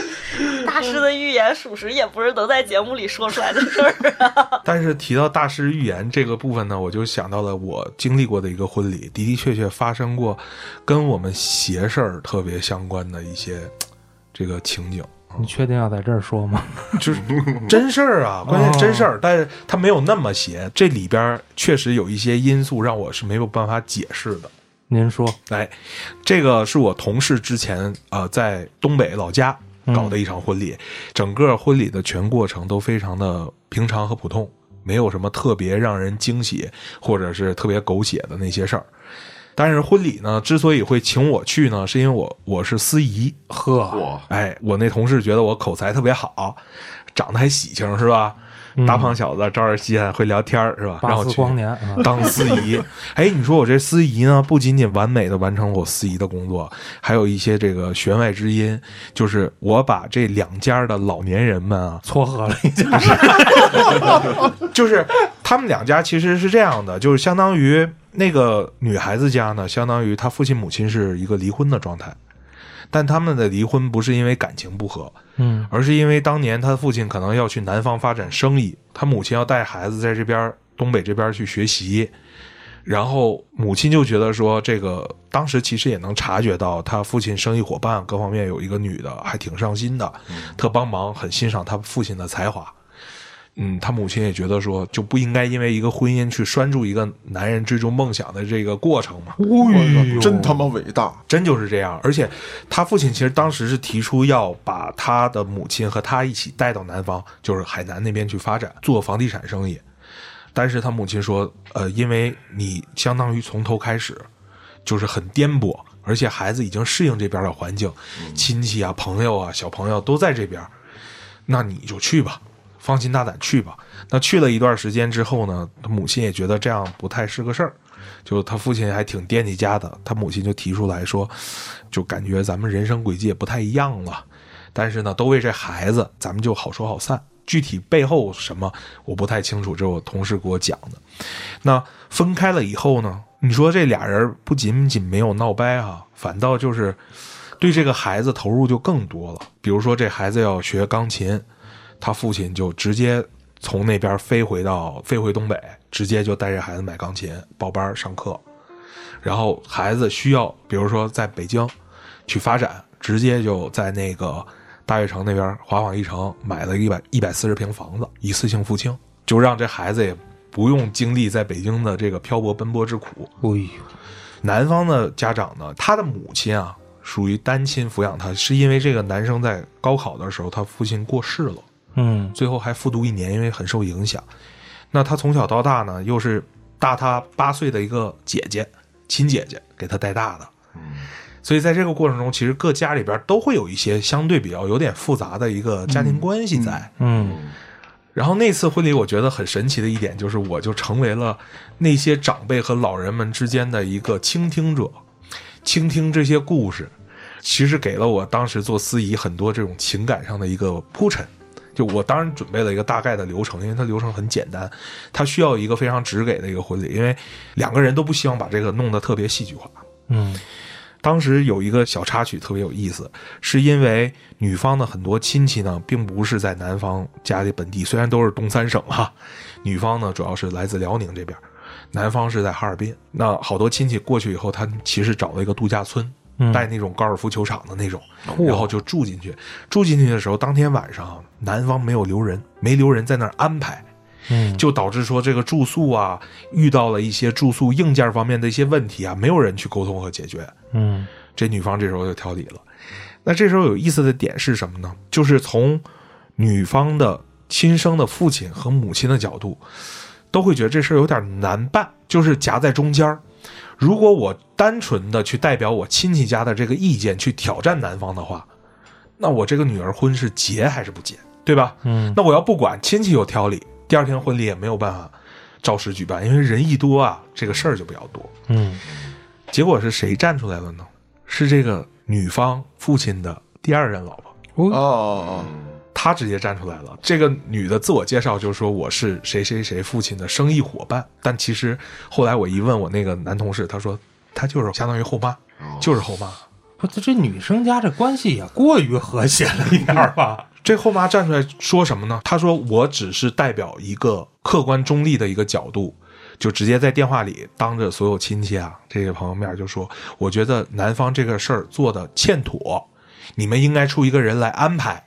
Speaker 2: 大师的预言属实也不是能在节目里说出来的事儿。
Speaker 6: 但是提到大师预言这个部分呢，我就想到了我经历过的一个婚礼，的的确确发生过跟我们邪事儿特别相关的一些这个情景。
Speaker 3: 你确定要在这儿说吗？
Speaker 6: 就是真事儿啊，关键是真事儿，但是它没有那么邪，这里边儿确实有一些因素让我是没有办法解释的。
Speaker 3: 您说，
Speaker 6: 哎，这个是我同事之前呃在东北老家
Speaker 3: 嗯
Speaker 6: 搞的一场婚礼，整个婚礼的全过程都非常的平常和普通，没有什么特别让人惊喜或者是特别狗血的那些事儿。但是婚礼呢，之所以会请我去呢，是因为我我是司仪，
Speaker 3: 呵，
Speaker 4: 哇，
Speaker 6: 哎，我那同事觉得我口才特别好，长得还喜庆是吧？大胖小子招人稀罕，会聊天儿是吧？让
Speaker 3: 巴
Speaker 6: 我
Speaker 3: 斯嗯
Speaker 6: 去
Speaker 3: 光年啊，
Speaker 6: 当司仪。哎，你说我这司仪呢，不仅仅完美的完成我司仪的工作，还有一些这个弦外之音，就是我把这两家的老年人们啊，
Speaker 3: 撮合了一下，
Speaker 6: 就是他们两家其实是这样的，就是相当于那个女孩子家呢，相当于她父亲母亲是一个离婚的状态，但他们的离婚不是因为感情不和，
Speaker 3: 嗯，
Speaker 6: 而是因为当年他的父亲可能要去南方发展生意，他母亲要带孩子在这边东北这边去学习，然后母亲就觉得说，这个当时其实也能察觉到他父亲生意伙伴各方面有一个女的还挺上心的，特帮忙，很欣赏他父亲的才华。嗯，他母亲也觉得说就不应该因为一个婚姻去拴住一个男人追逐梦想的这个过程嘛。
Speaker 2: 哎
Speaker 1: 我操真他妈伟大！啊
Speaker 6: 真就是这样。而且他父亲其实当时是提出要把他的母亲和他一起带到南方，就是海南那边去发展，做房地产生意。但是他母亲说，呃，因为你相当于从头开始，就是很颠簸，而且孩子已经适应这边的环境，亲戚啊、朋友啊、小朋友都在这边，那你就去吧，放心大胆去吧。那去了一段时间之后呢，他母亲也觉得这样不太是个事儿，就他父亲还挺惦记家的，他母亲就提出来说，就感觉咱们人生轨迹也不太一样了，但是呢，都为这孩子，咱们就好说好散。具体背后什么我不太清楚，这是我同事给我讲的。那分开了以后呢，你说这俩人不仅仅没有闹掰啊，反倒就是对这个孩子投入就更多了。比如说这孩子要学钢琴，他父亲就直接从那边飞回到飞回东北，直接就带着孩子买钢琴报班儿上课。然后孩子需要，比如说在北京去发展，直接就在那个大悦城那边华纺一城买了一百一百四十平房子，一次性付清，就让这孩子也不用经历在北京的这个漂泊奔波之苦。
Speaker 3: 哎呦，
Speaker 6: 男方的家长呢，他的母亲啊属于单亲抚养他，是因为这个男生在高考的时候他父亲过世了。
Speaker 3: 嗯，
Speaker 6: 最后还复读一年，因为很受影响。那他从小到大呢，又是大他八岁的一个姐姐，亲姐姐给他带大的。所以在这个过程中，其实各家里边都会有一些相对比较有点复杂的一个家庭关系在。
Speaker 3: 嗯，
Speaker 6: 然后那次婚礼，我觉得很神奇的一点就是，我就成为了那些长辈和老人们之间的一个倾听者，倾听这些故事，其实给了我当时做司仪很多这种情感上的一个铺陈。就我当然准备了一个大概的流程，因为它流程很简单，它需要一个非常直给的一个婚礼，因为两个人都不希望把这个弄得特别戏剧化。
Speaker 3: 嗯，
Speaker 6: 当时有一个小插曲特别有意思，是因为女方的很多亲戚呢，并不是在男方家里本地，虽然都是东三省哈， 女方呢主要是来自辽宁这边，男方是在哈尔滨。那好多亲戚过去以后，他其实找了一个度假村，带那种高尔夫球场的那种，然后就住进去。住进去的时候，当天晚上男方没有留人，没留人在那儿安排，就导致说这个住宿啊，遇到了一些住宿硬件方面的一些问题啊，没有人去沟通和解决。
Speaker 3: 嗯，
Speaker 6: 这女方这时候就挑理了。那这时候有意思的点是什么呢？就是从女方的亲生的父亲和母亲的角度，都会觉得这事儿有点难办，就是夹在中间儿。如果我单纯的去代表我亲戚家的这个意见去挑战男方的话，那我这个女儿婚是结还是不结，对吧？
Speaker 3: 嗯，
Speaker 6: 那我要不管亲戚有挑理，第二天婚礼也没有办法照实举办，因为人一多啊，这个事儿就比较多。
Speaker 3: 嗯，
Speaker 6: 结果是谁站出来了呢？是这个女方父亲的第二任老婆，
Speaker 1: 哦哦
Speaker 6: 她直接站出来了。这个女的自我介绍就是说我是谁谁谁父亲的生意伙伴，但其实后来我一问我那个男同事，他说他就是相当于后妈，就是后妈。
Speaker 3: 不，这这女生家这关系也过于和谐了一点儿吧？
Speaker 6: 这后妈站出来说什么呢？她说：“我只是代表一个客观中立的一个角度，就直接在电话里当着所有亲戚啊这些朋友面就说，我觉得男方这个事儿做的欠妥，你们应该出一个人来安排，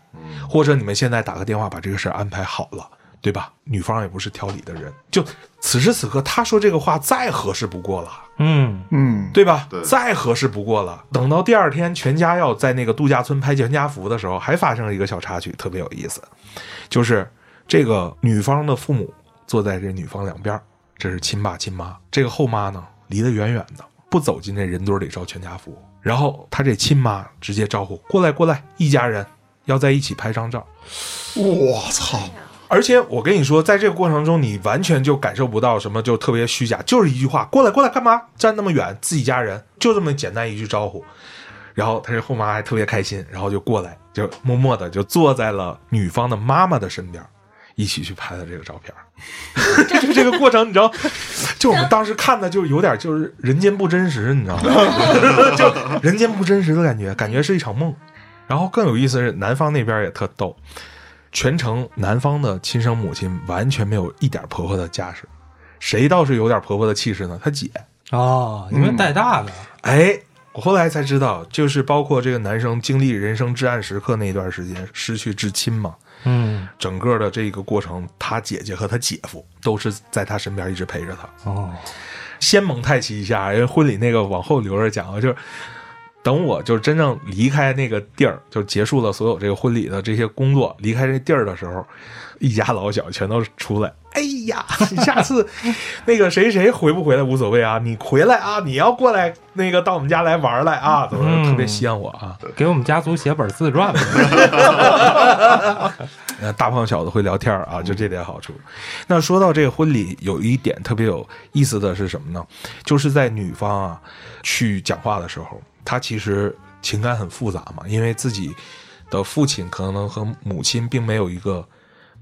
Speaker 6: 或者你们现在打个电话把这个事儿安排好了，对吧？女方也不是挑理的人，就此时此刻她说这个话再合适不过了。”
Speaker 3: 嗯，
Speaker 1: 嗯，
Speaker 6: 对吧？
Speaker 4: 对
Speaker 6: 再合适不过了。等到第二天全家要在那个度假村拍全家福的时候，还发生了一个小插曲，特别有意思，就是这个女方的父母坐在这女方两边儿，这是亲爸亲妈，这个后妈呢离得远远的，不走进这人堆里照全家福。然后他这亲妈直接招呼过来过来，一家人要在一起拍张照。
Speaker 1: 我操！
Speaker 6: 而且我跟你说，在这个过程中，你完全就感受不到什么，就特别虚假，就是一句话：“过来，过来，干嘛？站那么远，自己家人。”就这么简单一句招呼。然后他这后妈还特别开心，然后就过来，就默默的就坐在了女方的妈妈的身边，一起去拍的这个照片。就这个过程，你知道，就我们当时看的就有点就是人间不真实，你知道 吗？就人间不真实的感觉，感觉是一场梦。然后更有意思的是，南方那边也特逗，全程男方的亲生母亲完全没有一点婆婆的架势，谁倒是有点婆婆的气势呢？她姐，
Speaker 3: 哦，因为带大的，
Speaker 6: 哎，我后来才知道，就是包括这个男生经历人生至暗时刻那段时间，失去至亲嘛，
Speaker 3: 嗯，
Speaker 6: 整个的这个过程，他姐姐和他姐夫都是在他身边一直陪着他。
Speaker 3: 哦，
Speaker 6: 先蒙太奇一下，因为婚礼那个往后留着讲啊，就是等我就是真正离开那个地儿，就结束了所有这个婚礼的这些工作，离开这地儿的时候，一家老小全都出来。哎呀，你下次那个谁谁回不回来无所谓啊，你回来啊，你要过来那个到我们家来玩来啊，怎么特别稀罕我啊？
Speaker 3: 给我们家族写本自传吧。
Speaker 6: 那大胖小子会聊天儿啊，就这点好处。那说到这个婚礼，有一点特别有意思的是什么呢？就是在女方啊去讲话的时候，她其实情感很复杂嘛，因为自己的父亲可能和母亲并没有一个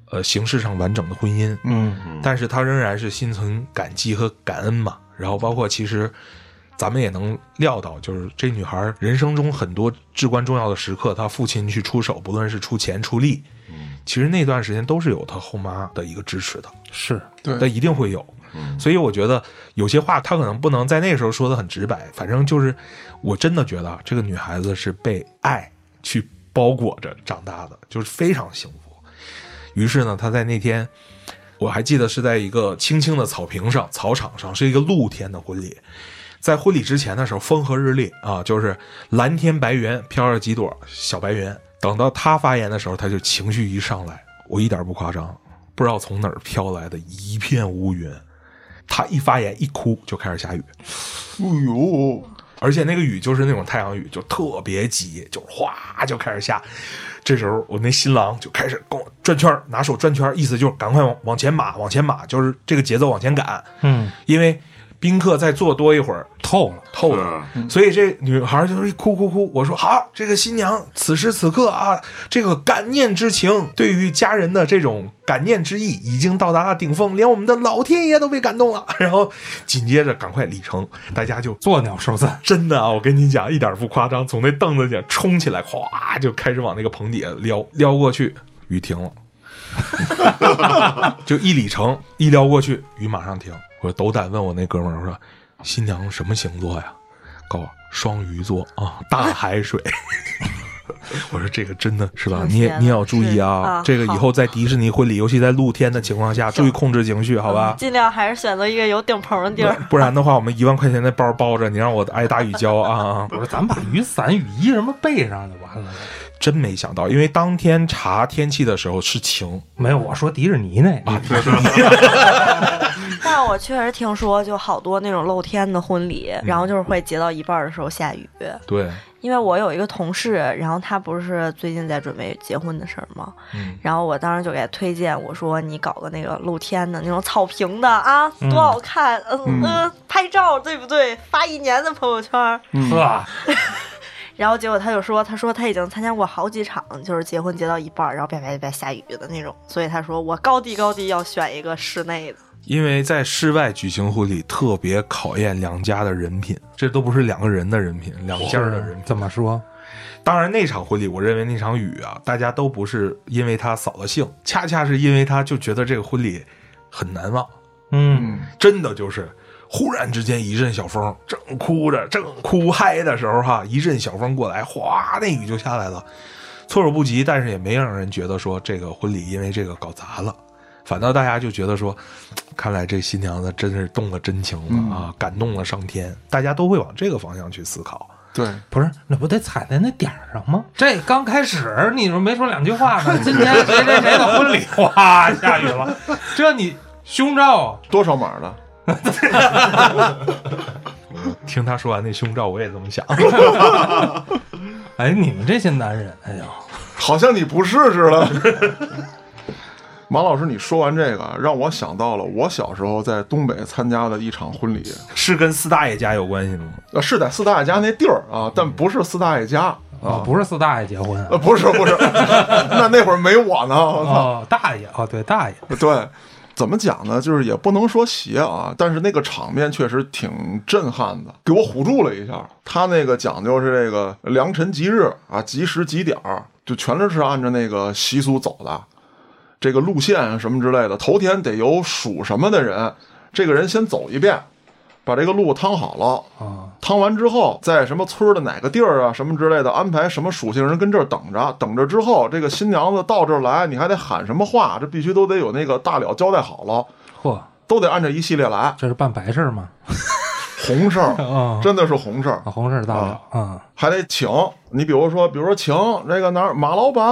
Speaker 6: 呃形式上完整的婚姻，
Speaker 3: 嗯
Speaker 6: 但是她仍然是心存感激和感恩嘛。然后包括其实。咱们也能料到，就是这女孩人生中很多至关重要的时刻，她父亲去出手，不论是出钱出力，其实那段时间都是有她后妈的一个支持的，
Speaker 3: 是，
Speaker 6: 但一定会有。所以我觉得有些话她可能不能在那个时候说的很直白，反正就是我真的觉得啊这个女孩子是被爱去包裹着长大的，就是非常幸福。于是呢，她在那天，我还记得是在一个青青的草坪上、草场上，是一个露天的婚礼。在婚礼之前的时候，风和日丽啊，就是蓝天白云，飘着几朵小白云。等到他发言的时候，他就情绪一上来，我一点不夸张，不知道从哪儿飘来的一片乌云。他一发言一哭就开始下雨，
Speaker 1: 哎呦，
Speaker 6: 而且那个雨就是那种太阳雨，就特别急，就哗就开始下。这时候我那新郎就开始跟我转圈儿，拿手转圈儿，意思就是赶快往往前码，往前码，就是这个节奏往前赶，
Speaker 3: 嗯，
Speaker 6: 因为宾客再坐多一会儿
Speaker 3: 透了，
Speaker 6: 透了。所以这女孩就是一哭哭哭。我说好，这个新娘此时此刻啊，这个感念之情，对于家人的这种感念之意已经到达了顶峰，连我们的老天爷都被感动了。然后紧接着赶快礼成，大家就
Speaker 3: 作鸟兽散。
Speaker 6: 真的啊，我跟你讲，一点不夸张，从那凳子底下冲起来，咵就开始往那个棚底下撩，撩过去，雨停了， 就一里程，一撩过去，雨马上停。我斗胆问我那哥们儿，我说新娘什么星座呀？告诉我双鱼座啊，大海水。 我说这个真的是吧？
Speaker 2: 上
Speaker 6: 你也
Speaker 2: 天
Speaker 6: 你也
Speaker 2: 了
Speaker 6: 要注意
Speaker 2: 是
Speaker 6: 啊！
Speaker 2: 啊
Speaker 6: 这个以
Speaker 2: 好
Speaker 6: 后在迪士尼婚礼，尤其在露天的情况下，注意控制情绪，好吧？
Speaker 2: 嗯 尽量还是选择一个有顶棚的地儿。
Speaker 6: 不然的话，我们一万块钱的包包着，你让我挨大雨浇啊！
Speaker 3: 我说咱把雨伞、雨衣什么备上就完了。
Speaker 6: 真没想到，因为当天查天气的时候是晴，
Speaker 3: 没有，我说迪士尼那个，
Speaker 2: 但我确实听说，就好多那种露天的婚礼，
Speaker 6: 嗯
Speaker 2: 然后就是会结到一半儿的时候下雨。
Speaker 6: 对，
Speaker 2: 因为我有一个同事，然后他不是最近在准备结婚的事儿吗？
Speaker 6: 嗯，
Speaker 2: 然后我当时就给他推荐，我说你搞个那个露天的那种草坪的啊，多好看，嗯嗯、拍照对不对？发一年的朋友圈儿。
Speaker 3: 呵，
Speaker 2: 然后结果他就说，他说他已经参加过好几场，就是结婚结到一半儿，然后啪啪啪下雨的那种，所以他说我高低高低要选一个室内的。
Speaker 6: 因为在室外举行婚礼特别考验两家的人品，这都不是两个人的人品，两家的人品。
Speaker 3: 怎么说？
Speaker 6: 当然，那场婚礼，我认为那场雨啊，大家都不是因为他扫了兴，恰恰是因为他就觉得这个婚礼很难忘，
Speaker 3: 嗯，
Speaker 6: 真的就是。忽然之间一阵小风，正哭着正哭嗨的时候哈，一阵小风过来，哗，那雨就下来了。措手不及，但是也没让人觉得说这个婚礼因为这个搞砸了，反倒大家就觉得说，看来这新娘子真是动了真情了啊，感动了上天，大家都会往这个方向去思考。
Speaker 1: 对，
Speaker 3: 不是，那不得踩在那点儿上吗？这刚开始你说没说两句话 呢，今天谁谁谁的婚礼，哗下雨了，这你胸罩啊
Speaker 1: 多少码的？
Speaker 6: 听他说完那胸罩，我也这 么想。
Speaker 3: 哎，你们这些男人，哎呦，
Speaker 1: 好像你不是似的。 马老师，你说完这个，让我想到了我小时候在东北参加的一场婚礼，
Speaker 6: 是跟四大爷家有关系吗？
Speaker 1: 呃，是在四大爷家那地儿啊，但不是四大爷家，
Speaker 3: 哦，不是四大爷结婚啊
Speaker 1: 呃，不是不 是，那那会儿没我呢，我操，
Speaker 3: 哦，大爷哦，对大爷，
Speaker 1: 对，怎么讲呢？就是也不能说邪啊，但是那个场面确实挺震撼的，给我唬住了一下。他那个讲究是这个良辰吉日啊，几时几点儿，就全都是按照那个习俗走的，这个啊路线什么之类的。头天得由属什么的人，这个人先走一遍，把这个路趟好了，
Speaker 3: 啊，
Speaker 1: 趟完之后，在什么村儿的哪个地儿啊，什么之类的，安排什么属性人跟这儿等着，等着之后，这个新娘子到这儿来，你还得喊什么话，这必须都得有那个大了交代好了，
Speaker 3: 嚯，
Speaker 1: 都得按照一系列来。
Speaker 3: 这是办白事儿吗？
Speaker 1: 红 事儿，
Speaker 3: 啊，
Speaker 1: 真的是红事儿，
Speaker 3: 啊红事儿大不了啊，
Speaker 1: 还得请你，比如说，比如说请这个哪儿马老板，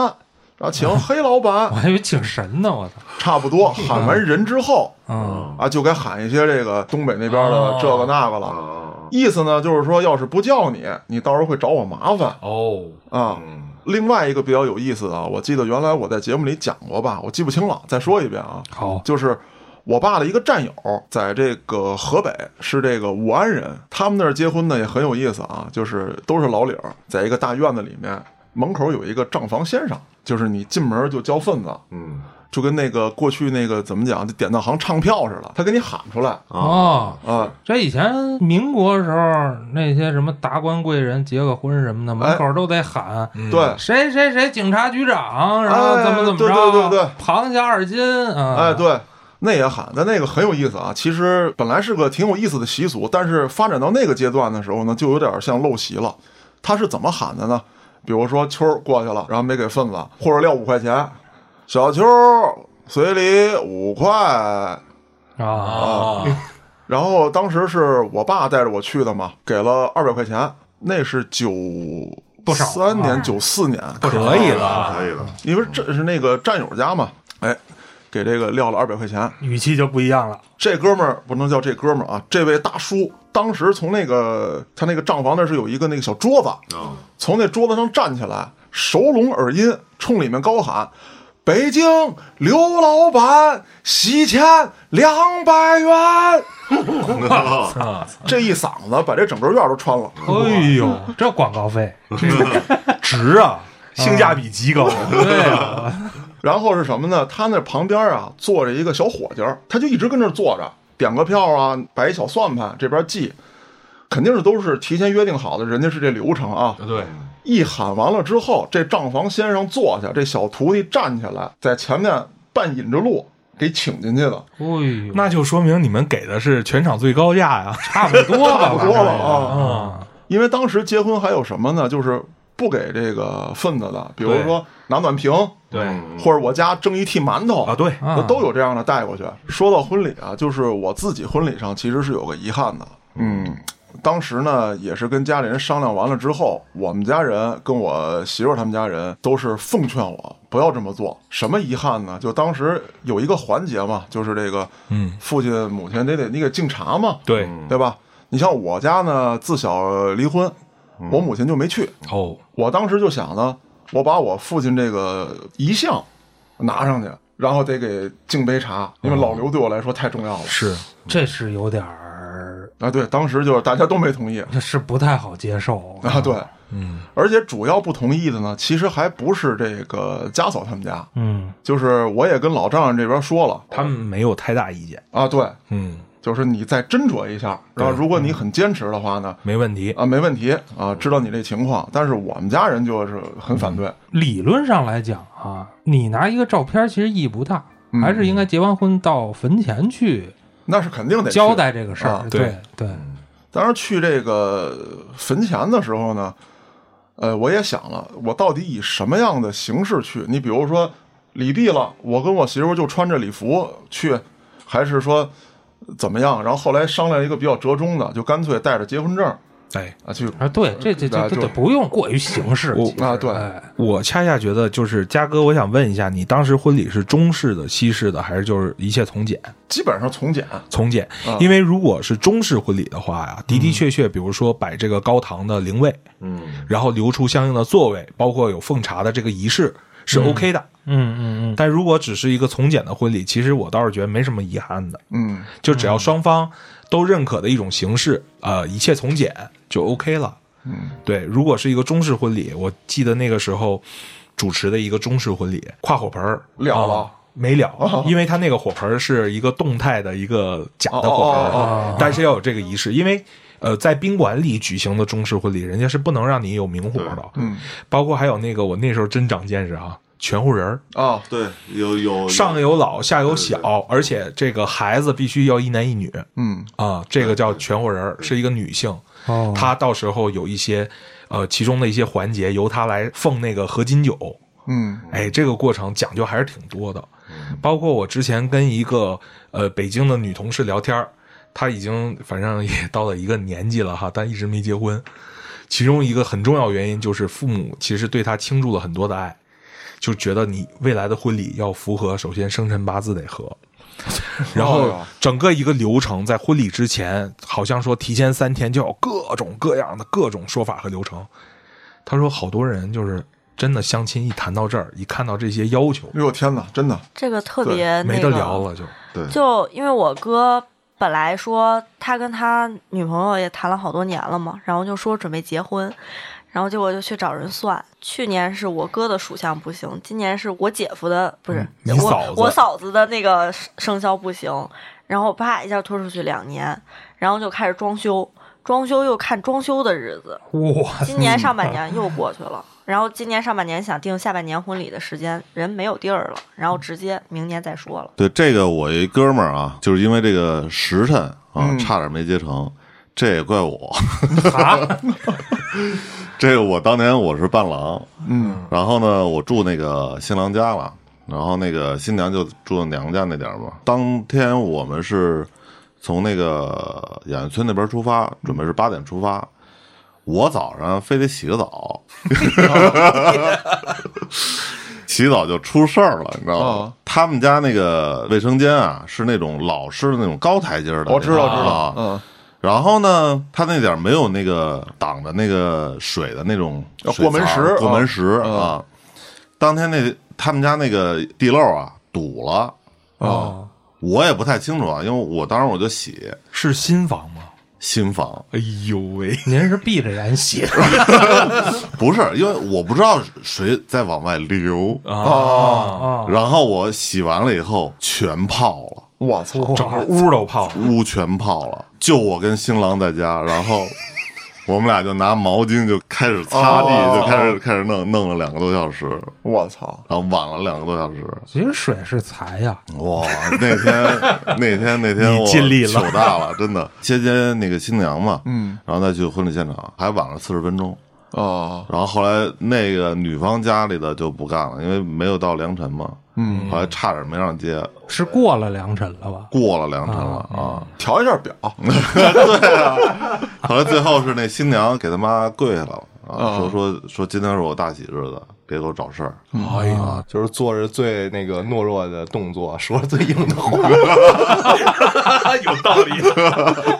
Speaker 1: 然后请黑老板
Speaker 3: 我，还以为请神呢，我操，
Speaker 1: 差不多喊完人之后
Speaker 3: 嗯，
Speaker 1: 啊，就该喊一些这个东北那边的这个那个了。
Speaker 4: 啊，
Speaker 1: 意思呢，就是说，要是不叫你，你到时候会找我麻烦
Speaker 6: 哦，
Speaker 1: 啊。
Speaker 4: 嗯，
Speaker 1: 另外一个比较有意思的啊，我记得原来我在节目里讲过吧，我记不清了，再说一遍啊。
Speaker 3: 好，
Speaker 1: 就是我爸的一个战友，在这个河北是这个武安人，他们那儿结婚呢也很有意思啊，就是都是老李儿，在一个大院子里面，门口有一个账房先生，就是你进门就交份子，
Speaker 4: 嗯，
Speaker 1: 就跟那个过去那个怎么讲，就典当行唱票似的，他给你喊出来啊、
Speaker 3: 哦，这以前民国时候那些什么达官贵人结个婚什么的，门口都得喊
Speaker 1: 对。
Speaker 3: 谁谁谁警察局长，然后怎么怎么着，
Speaker 1: 哎对对对对
Speaker 3: 螃蟹二斤啊，
Speaker 1: 哎，，对，那也喊，但那个很有意思啊。其实本来是个挺有意思的习俗，但是发展到那个阶段的时候呢，就有点像陋习了。他是怎么喊的呢？比如说秋儿过去了，然后没给份子，或者撂五块钱，小秋儿随礼五块。
Speaker 3: 啊，
Speaker 1: 然后当时是我爸带着我去的嘛，给了二百块钱，那是九
Speaker 3: 不少
Speaker 1: 三年
Speaker 3: 啊
Speaker 1: 九四年，
Speaker 6: 可以了，
Speaker 4: 啊可以 了，
Speaker 1: 因为这是那个战友家嘛，哎，给这个撂了二百块钱。
Speaker 6: 语气就不一样了。
Speaker 1: 这哥们儿不能叫这哥们儿啊，这位大叔当时从那个他那个账房那儿是有一个那个小桌子，
Speaker 4: 啊，
Speaker 1: 从那桌子上站起来，手拢耳音，冲里面高喊：“北京刘老板洗钱两百元！”
Speaker 6: 啊
Speaker 1: 这一嗓子把这整个院儿都穿了。
Speaker 3: 哎呦，这广告费，
Speaker 6: 值啊，性价比极高。
Speaker 3: 对啊，
Speaker 1: 然后是什么呢？他那旁边啊坐着一个小伙计儿，他就一直跟那儿坐着，点个票啊，摆一小算盘，这边记，肯定是都是提前约定好的，人家是这流程啊。
Speaker 6: 对，
Speaker 1: 一喊完了之后，这账房先生坐下，这小徒弟站起来，在前面半引着路给请进去的，
Speaker 3: 哎呦，
Speaker 6: 那就说明你们给的是全场最高价呀。
Speaker 3: 差不多吧，
Speaker 1: 差不多了啊。
Speaker 3: 啊，
Speaker 1: 因为当时结婚还有什么呢？就是不给这个份子的，比如
Speaker 6: 对
Speaker 1: 说拿暖瓶，
Speaker 6: 对
Speaker 1: 或者我家蒸一屉馒头
Speaker 6: 啊，，对，
Speaker 3: 啊
Speaker 1: 都有这样的带过去。说到婚礼啊，就是我自己婚礼上其实是有个遗憾的，嗯。当时呢，也是跟家里人商量完了之后，我们家人跟我媳妇儿他们家人都是奉劝我不要这么做。什么遗憾呢？就当时有一个环节嘛，就是这个，
Speaker 6: 嗯，
Speaker 1: 父亲母亲得得你给敬茶嘛，
Speaker 6: 对，
Speaker 1: 对吧？你像我家呢，自小离婚，我母亲就没去。
Speaker 6: 哦，
Speaker 1: 我当时就想呢，我把我父亲这个遗像拿上去，然后得给敬杯茶，因为老
Speaker 3: 哦
Speaker 1: 刘对我来说太重要了。
Speaker 6: 是
Speaker 3: 这是有点儿，
Speaker 1: 啊，对，当时就是大家都没同意
Speaker 3: 这是不太好接受
Speaker 1: 啊，对，嗯，而且主要不同意的呢，其实还不是这个家嫂他们家，
Speaker 3: 嗯，
Speaker 1: 就是我也跟老丈人这边说了
Speaker 6: 他们没有太大意见，
Speaker 1: 啊，对，
Speaker 6: 嗯，
Speaker 1: 就是你再斟酌一下，然后如
Speaker 3: 嗯
Speaker 1: 果你很坚持的话呢，
Speaker 6: 没问题。
Speaker 1: 啊，没问题啊，知道你这情况，但是我们家人就是很反对，
Speaker 3: 理论上来讲啊，你拿一个照片其实意义不大，
Speaker 1: 嗯
Speaker 3: 还是应该结完婚到坟前去
Speaker 1: 那是肯定得去
Speaker 3: 交代这个事儿、
Speaker 1: 啊
Speaker 3: 对对，
Speaker 1: 当时去这个坟前的时候呢，呃，我也想了，我到底以什么样的形式去？你比如说礼毕了，我跟我媳妇儿就穿着礼服去，还是说怎么样？然后后来商量一个比较折中的，就干脆带着结婚证
Speaker 6: 哎，
Speaker 1: 啊去。
Speaker 3: 啊对，这这
Speaker 1: 那
Speaker 3: 这这
Speaker 1: 就
Speaker 3: 这不用过于形式
Speaker 6: 我
Speaker 3: 其实
Speaker 1: 啊对
Speaker 3: 哎
Speaker 6: 我恰恰觉得就是嘉哥，我想问一下，你当时婚礼是中式的、西式的，还是就是一切从简？
Speaker 1: 基本上从简，
Speaker 6: 从简，因为如果是中式婚礼的话呀，的的确确，比如说摆这个高堂的灵位，
Speaker 4: 嗯，
Speaker 6: 然后留出相应的座位，包括有奉茶的这个仪式是 OK 的。
Speaker 3: 嗯嗯嗯，
Speaker 6: 但如果只是一个从简的婚礼，其实我倒是觉得没什么遗憾的，
Speaker 1: 嗯，
Speaker 6: 就只要双方都认可的一种形式，呃，一切从简就 OK 了。
Speaker 1: 嗯，
Speaker 6: 对，如果是一个中式婚礼，我记得那个时候主持的一个中式婚礼，跨火盆儿
Speaker 1: 了哦了
Speaker 6: 啊没了，因为他那个火盆儿是一个动态的一个假的火盆
Speaker 1: 哦哦
Speaker 6: 儿，但是要有这个仪式，因为呃，在宾馆里举行的中式婚礼，人家是不能让你有明火的，
Speaker 1: 嗯，
Speaker 6: 包括还有那个我那时候真长见识啊，全户人儿，
Speaker 1: 啊，
Speaker 4: 对，有
Speaker 1: 哦
Speaker 4: 有
Speaker 6: 上有老下有小，而且这个孩子必须要一男一女
Speaker 1: 嗯，
Speaker 6: 啊，这个叫全户人儿，是一个女性，
Speaker 3: 哦
Speaker 6: 她到时候有一些呃其中的一些环节由她来奉那个合金酒，
Speaker 1: 嗯，
Speaker 6: 哎，这个过程讲究还是挺多的，包括我之前跟一个呃北京的女同事聊天儿，她已经反正也到了一个年纪了哈，但一直没结婚。其中一个很重要原因就是父母其实对她倾注了很多的爱，就觉得你未来的婚礼要符合，首先生辰八字得合，然后整个一个流程在婚礼之前，好像说提前三天就有各种各样的各种说法和流程。他说好多人就是真的相亲，一谈到这儿，一看到这些要求，
Speaker 1: 哎呦天哪，真的，
Speaker 2: 这个特别那
Speaker 6: 没
Speaker 2: 个
Speaker 6: 得聊了就。
Speaker 4: 对
Speaker 2: 就因为我哥本来说他跟他女朋友也谈了好多年了嘛，然后就说准备结婚，然后结果就去找人算。去年是我哥的属相不行，今年是我姐夫的，不是、
Speaker 6: 嗯你嫂子
Speaker 2: 我我嫂子的那个生肖不行，然后啪一下推出去两年，然后就开始装修，装修又看装修的日子，
Speaker 3: 哦 哇，
Speaker 2: 今年上半年又过去了，然后今年上半年想定下半年婚礼的时间，人没有地儿了，然后直接明年再说了。
Speaker 4: 对这个，我一哥们儿啊，就是因为这个时辰啊，
Speaker 1: 嗯
Speaker 4: 差点没结成，这也怪我。
Speaker 3: 啊，
Speaker 4: 这个我当年我是伴郎，
Speaker 1: 嗯，
Speaker 4: 然后呢，我住那个新郎家了，然后那个新娘就住娘家那点儿嘛。当天我们是从那个演员村那边出发，准备是八点出发。我早上非得洗 个澡，洗澡就出事儿了，你知道吗
Speaker 1: 哦？
Speaker 4: 他们家那个卫生间啊，是那种老式的那种高台阶儿的那种，
Speaker 1: 我知道知
Speaker 4: 啊
Speaker 1: 道，嗯，
Speaker 4: 然后呢，他那点儿没有那个挡的那个水的那种
Speaker 1: 啊
Speaker 4: 水槽
Speaker 1: 过门石
Speaker 4: 过门石
Speaker 1: 啊
Speaker 4: 啊。当天那他们家那个地漏啊堵了，
Speaker 6: 哦，
Speaker 4: 我也不太清楚啊，因为我当时我就洗
Speaker 6: 是新房吗？
Speaker 4: 新房，
Speaker 6: 哎呦喂，
Speaker 3: 您是闭着眼洗的，
Speaker 4: 不是因为我不知道水在往外流
Speaker 6: 啊，
Speaker 3: 哦
Speaker 4: 然后我洗完了以后全泡了，
Speaker 1: 我操，
Speaker 6: 整个屋都泡了。
Speaker 4: 屋全泡了，就我跟新郎在家，然后我们俩就拿毛巾就开始擦地，
Speaker 1: 哦
Speaker 4: 就开始开始弄弄了两个多小时，
Speaker 1: 我操，
Speaker 4: 然后晚了两个多小时。
Speaker 3: 其实水是财呀，
Speaker 4: 哇，那天那天那天
Speaker 6: 你
Speaker 4: 我
Speaker 6: 尽力了
Speaker 4: 糗大了，真的接接那个新娘嘛，
Speaker 1: 嗯，
Speaker 4: 然后再去婚礼现场，还晚了四十分钟。
Speaker 1: 啊，
Speaker 4: 然后后来那个女方家里的就不干了，因为没有到良辰嘛，嗯，后来差点没让接，
Speaker 3: 是过了良辰了吧？
Speaker 4: 过了良辰了啊。
Speaker 1: 调一下表，
Speaker 4: 后来最后是那新娘给他妈跪下来了啊，
Speaker 1: 啊
Speaker 4: 说说说今天是我大喜日子，别给我找事儿。
Speaker 3: 哎呀，
Speaker 5: 就是做着最那个懦弱的动作，说着最硬的话。
Speaker 6: 有道理。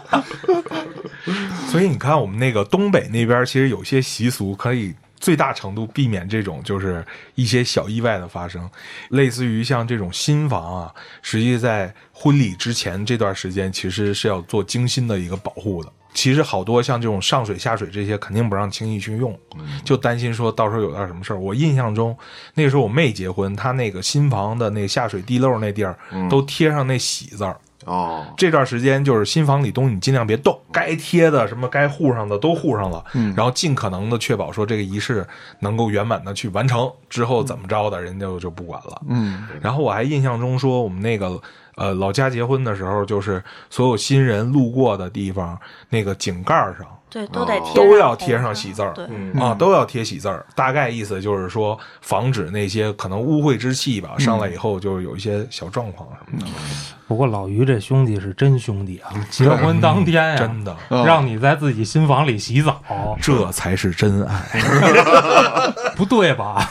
Speaker 6: 所以你看，我们那个东北那边，其实有些习俗可以最大程度避免这种就是一些小意外的发生，类似于像这种新房啊，实际在婚礼之前这段时间，其实是要做精心的一个保护的。其实好多像这种上水下水这些，肯定不让轻易去用，就担心说到时候有点什么事儿。我印象中那个时候我妹结婚，她那个新房的那个下水地漏那地儿都贴上那喜字儿，
Speaker 4: 哦，
Speaker 6: 这段时间就是新房里东西你尽量别动，该贴的什么该护上的都护上了，然后尽可能的确保说这个仪式能够圆满的去完成，之后怎么着的人家就就不管了。
Speaker 1: 嗯，
Speaker 6: 然后我还印象中说我们那个呃老家结婚的时候，就是所有新人路过的地方那个井盖儿上。
Speaker 2: 对，都得贴上
Speaker 6: 嗯都要贴
Speaker 2: 红
Speaker 6: 上
Speaker 2: 的
Speaker 6: 喜字儿，
Speaker 2: 对，
Speaker 6: 啊，都要贴喜字儿。大概意思就是说，防止那些可能污秽之气吧，上来以后就有一些小状况什么的。
Speaker 3: 不过老于这兄弟是真兄弟啊！结婚当天呀，
Speaker 6: 真的
Speaker 3: 让你在自己新房里洗澡，
Speaker 6: 这才是真爱。
Speaker 3: 不对吧？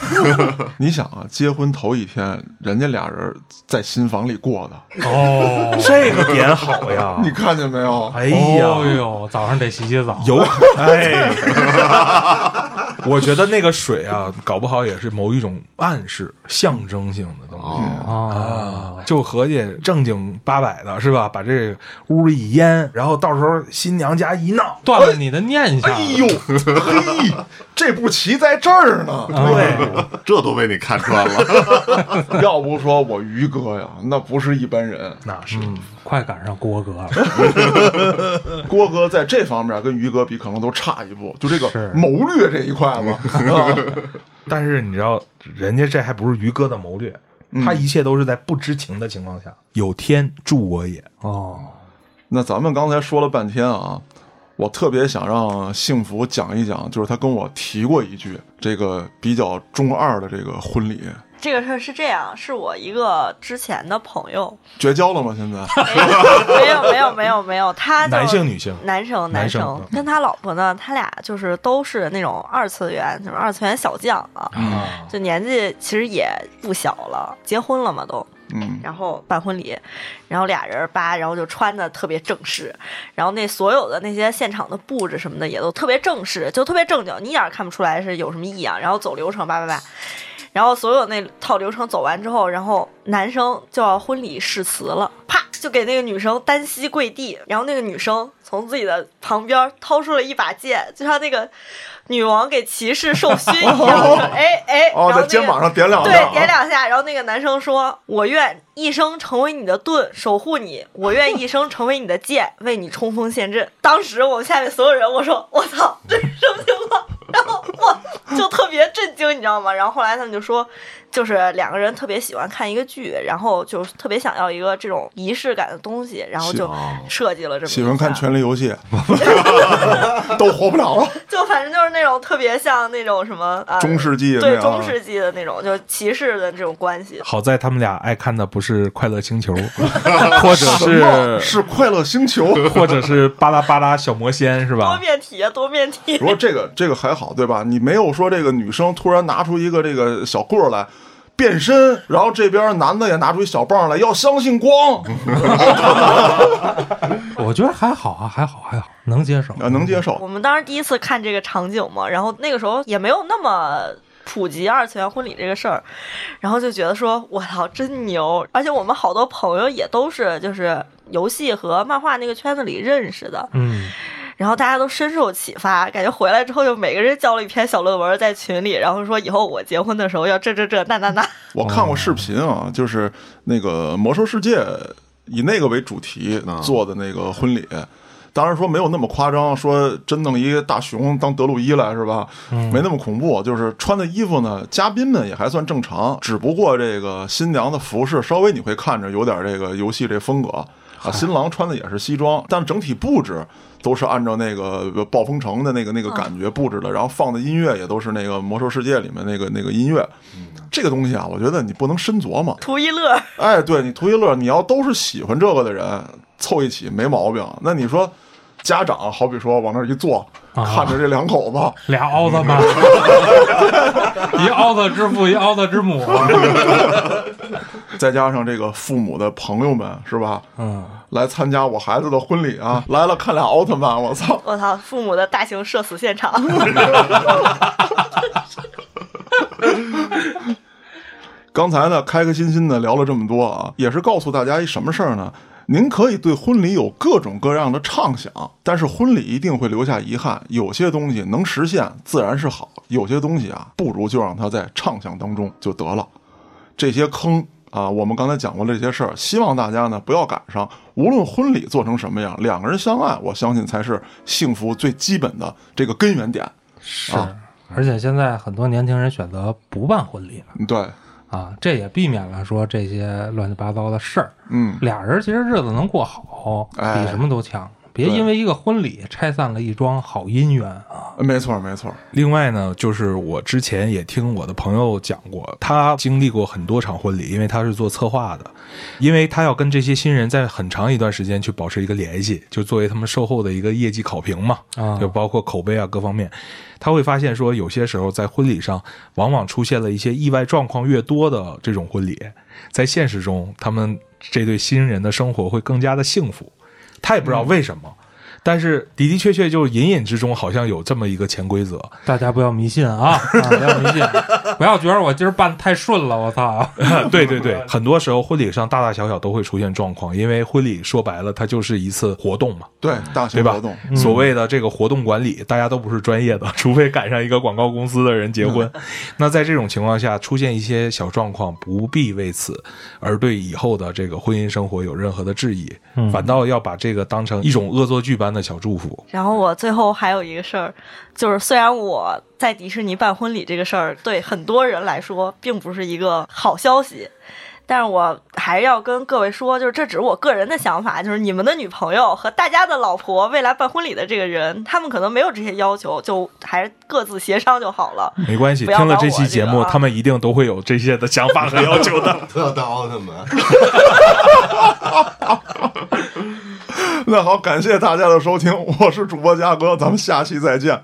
Speaker 1: 你想啊，结婚头一天，人家俩人在新房里过的，
Speaker 3: 哦，
Speaker 6: 这个点好呀！
Speaker 1: 你看见没有？
Speaker 6: 啊 哎
Speaker 3: 哎
Speaker 6: 呀，
Speaker 3: 呦，早上得洗洗澡，
Speaker 6: 有哎， 我觉得那个水啊，搞不好也是某一种暗示、象征性的东西。
Speaker 3: 啊，
Speaker 6: 就合计正经八百的是吧？把这屋一淹，然后到时候新娘家一闹，
Speaker 3: 断了你的念想。
Speaker 6: 哎呦，嘿，这
Speaker 1: 哎这步棋在这儿呢。
Speaker 6: 啊
Speaker 3: 对，
Speaker 4: 这都被你看穿了。
Speaker 1: 要不说我于哥呀，那不是一般人。
Speaker 3: 那是快赶上郭哥了。
Speaker 1: 郭哥在这方面跟于哥比，可能都差一步，就这个
Speaker 7: 是
Speaker 1: 谋略这一块 嘛。啊
Speaker 7: 但是你知道，人家这还不是于哥的谋略，他一切都是在不知情的情况下。有天助我也，
Speaker 3: 哦，
Speaker 1: 那咱们刚才说了半天啊，我特别想让幸福讲一讲，就是他跟我提过一句这个比较中二的这个婚礼
Speaker 2: 这个事儿是这样，是我一个之前的朋 友，
Speaker 1: 绝交了吗？现在
Speaker 2: 没有没有没有没有，他就
Speaker 7: 男性女性
Speaker 2: 男生男
Speaker 7: 生
Speaker 6: 嗯
Speaker 2: 生跟他老婆呢，他俩就是都是那种二次元，就是二次元小将啊，
Speaker 6: 嗯
Speaker 2: 就年纪其实也不小了，结婚了嘛都，
Speaker 1: 嗯，
Speaker 2: 然后办婚礼，然后俩人吧，然后就穿的特别正式，然后那所有的那些现场的布置什么的也都特别正式，就特别正经，你一点儿看不出来是有什么异样。然后走流程，叭叭叭，然后所有那套流程走完之后，然后男生就要婚礼誓词了，啪就给那个女生单膝跪地，然后那个女生从自己的旁边掏出了一把剑，就像那个女王给骑士授勋一 样，哎哎，
Speaker 1: 哦，
Speaker 2: 然后那
Speaker 1: 在
Speaker 2: 个
Speaker 1: 肩膀上点两下
Speaker 2: 对，
Speaker 1: 啊，
Speaker 2: 点两下，然后那个男生说：“我愿一生成为你的盾，守护你；我愿一生成为你的剑， 为你冲锋陷阵。”当时我们下面所有人，我说：“我操， 这是什么情况？” 然后我就特别震惊，你知道吗？然后后来他们就说，就是两个人特别喜欢看一个剧，然后就特别想要一个这种仪式感的东西，然后就设计了这么一
Speaker 1: 啊喜欢看《
Speaker 2: 下
Speaker 1: 权力游戏》， 都活不了了。
Speaker 2: 就反正就是那种特别像那种什么啊，
Speaker 1: 中世纪那
Speaker 2: 对
Speaker 1: 样
Speaker 2: 中世纪的那种，就骑士的这种关系。
Speaker 7: 好在他们俩爱看的不是《快乐星球》， 或者
Speaker 1: 什
Speaker 7: 是
Speaker 1: 么是快乐星球。
Speaker 7: 或者是巴拉巴拉小魔仙是
Speaker 2: 多
Speaker 7: 吧？
Speaker 2: 面体啊，多面体
Speaker 1: 不。过这个这个还好，对吧？你没有说这个女生突然拿出一个这个小棍儿来变身，然后这边男的也拿出一小棒来，要相信光
Speaker 3: 我觉得还好啊，还好，还好，能接受。
Speaker 1: 啊，能接受。
Speaker 2: 我们当时第一次看这个场景嘛，然后那个时候也没有那么普及二次元婚礼这个事儿，然后就觉得说，我操，真牛！而且我们好多朋友也都是就是游戏和漫画那个圈子里认识的，
Speaker 3: 嗯，
Speaker 2: 然后大家都深受启发，感觉回来之后就每个人交了一篇小论文在群里，然后说以后我结婚的时候要这这这那那那，
Speaker 1: 我看过视频啊，就是那个《魔兽世界》以那个为主题做的那个婚礼。当然说没有那么夸张，说真弄一个大熊当德鲁伊来是吧？没那么恐怖，就是穿的衣服呢，嘉宾们也还算正常，只不过这个新娘的服饰稍微你会看着有点这个游戏这风格啊，新郎穿的也是西装，但整体布置都是按照那个呃暴风城的那个那个感觉布置的，然后放的音乐也都是那个魔兽世界里面那个那个音乐。这个东西啊，我觉得你不能深琢磨，
Speaker 2: 图一乐。
Speaker 1: 哎，对你图一乐，你要都是喜欢这个的人凑一起没毛病。那你说家长好比说往那儿一坐，看着这两口子，
Speaker 3: 俩奥特 曼，一奥特之父，一奥特之母。啊
Speaker 1: 再加上这个父母的朋友们，是吧？
Speaker 3: 嗯，
Speaker 1: 来参加我孩子的婚礼啊，来了看俩奥特曼，我操！
Speaker 2: 我操，父母的大型社死现场。
Speaker 1: 刚才呢，开开心心的聊了这么多啊，也是告诉大家一什么事儿呢？您可以对婚礼有各种各样的畅想，但是婚礼一定会留下遗憾。有些东西能实现自然是好，有些东西啊，不如就让它在畅想当中就得了。这些坑啊，我们刚才讲过这些事儿，希望大家呢不要赶上。无论婚礼做成什么样，两个人相爱，我相信才是幸福最基本的这个根源点。
Speaker 3: 是，而且现在很多年轻人选择不办婚礼了
Speaker 1: 嗯对，
Speaker 3: 啊，这也避免了说这些乱七八糟的事儿。
Speaker 1: 嗯，
Speaker 3: 俩人其实日子能过好，
Speaker 1: 哎
Speaker 3: 比什么都强。别
Speaker 1: 对
Speaker 3: 因为一个婚礼拆散了一桩好姻缘啊！
Speaker 1: 没错，没错，
Speaker 7: 另外呢，就是我之前也听我的朋友讲过，他经历过很多场婚礼，因为他是做策划的，因为他要跟这些新人在很长一段时间去保持一个联系，就作为他们售后的一个业绩考评嘛，
Speaker 3: 啊
Speaker 7: 就包括口碑啊各方面，他会发现说，有些时候在婚礼上，往往出现了一些意外状况越多的这种婚礼，在现实中，他们这对新人的生活会更加的幸福，他也不知道为什么。
Speaker 6: 但是的的确确就是隐隐之中好像有这么一个潜规则，
Speaker 3: 大家不要迷信啊，啊不要迷信， 不要觉得我今儿办得太顺了，我操！
Speaker 6: 对对对，很多时候婚礼上大大小小都会出现状况，因为婚礼说白了它就是一次活动嘛，
Speaker 1: 对，大
Speaker 6: 对
Speaker 1: 型
Speaker 6: 吧？嗯
Speaker 1: 活动，
Speaker 6: 所谓的这个活动管理，大家都不是专业的，除非赶上一个广告公司的人结婚。
Speaker 2: 嗯
Speaker 6: 那在这种情况下，出现一些小状况，不必为此而对以后的这个婚姻生活有任何的质疑，反倒要把这个当成一种恶作剧般的小祝福。
Speaker 2: 然后我最后还有一个事儿，就是虽然我在迪士尼办婚礼这个事儿对很多人来说并不是一个好消息，但是我还要跟各位说，就是这只是我个人的想法，就是你们的女朋友和大家的老婆未来办婚礼的这个人，他们可能没有这些要求，就还是各自协商就好了。
Speaker 6: 没关系，
Speaker 2: 不要
Speaker 6: 听了
Speaker 2: 搞
Speaker 6: 这
Speaker 2: 我
Speaker 6: 期
Speaker 2: 这
Speaker 6: 节
Speaker 2: 个
Speaker 6: 目，
Speaker 2: 啊
Speaker 6: 他们一定都会有这些的想法和要求的。
Speaker 4: 特大奥特曼，
Speaker 1: 那好，感谢大家的收听，我是主播嘉哥，咱们下期再见。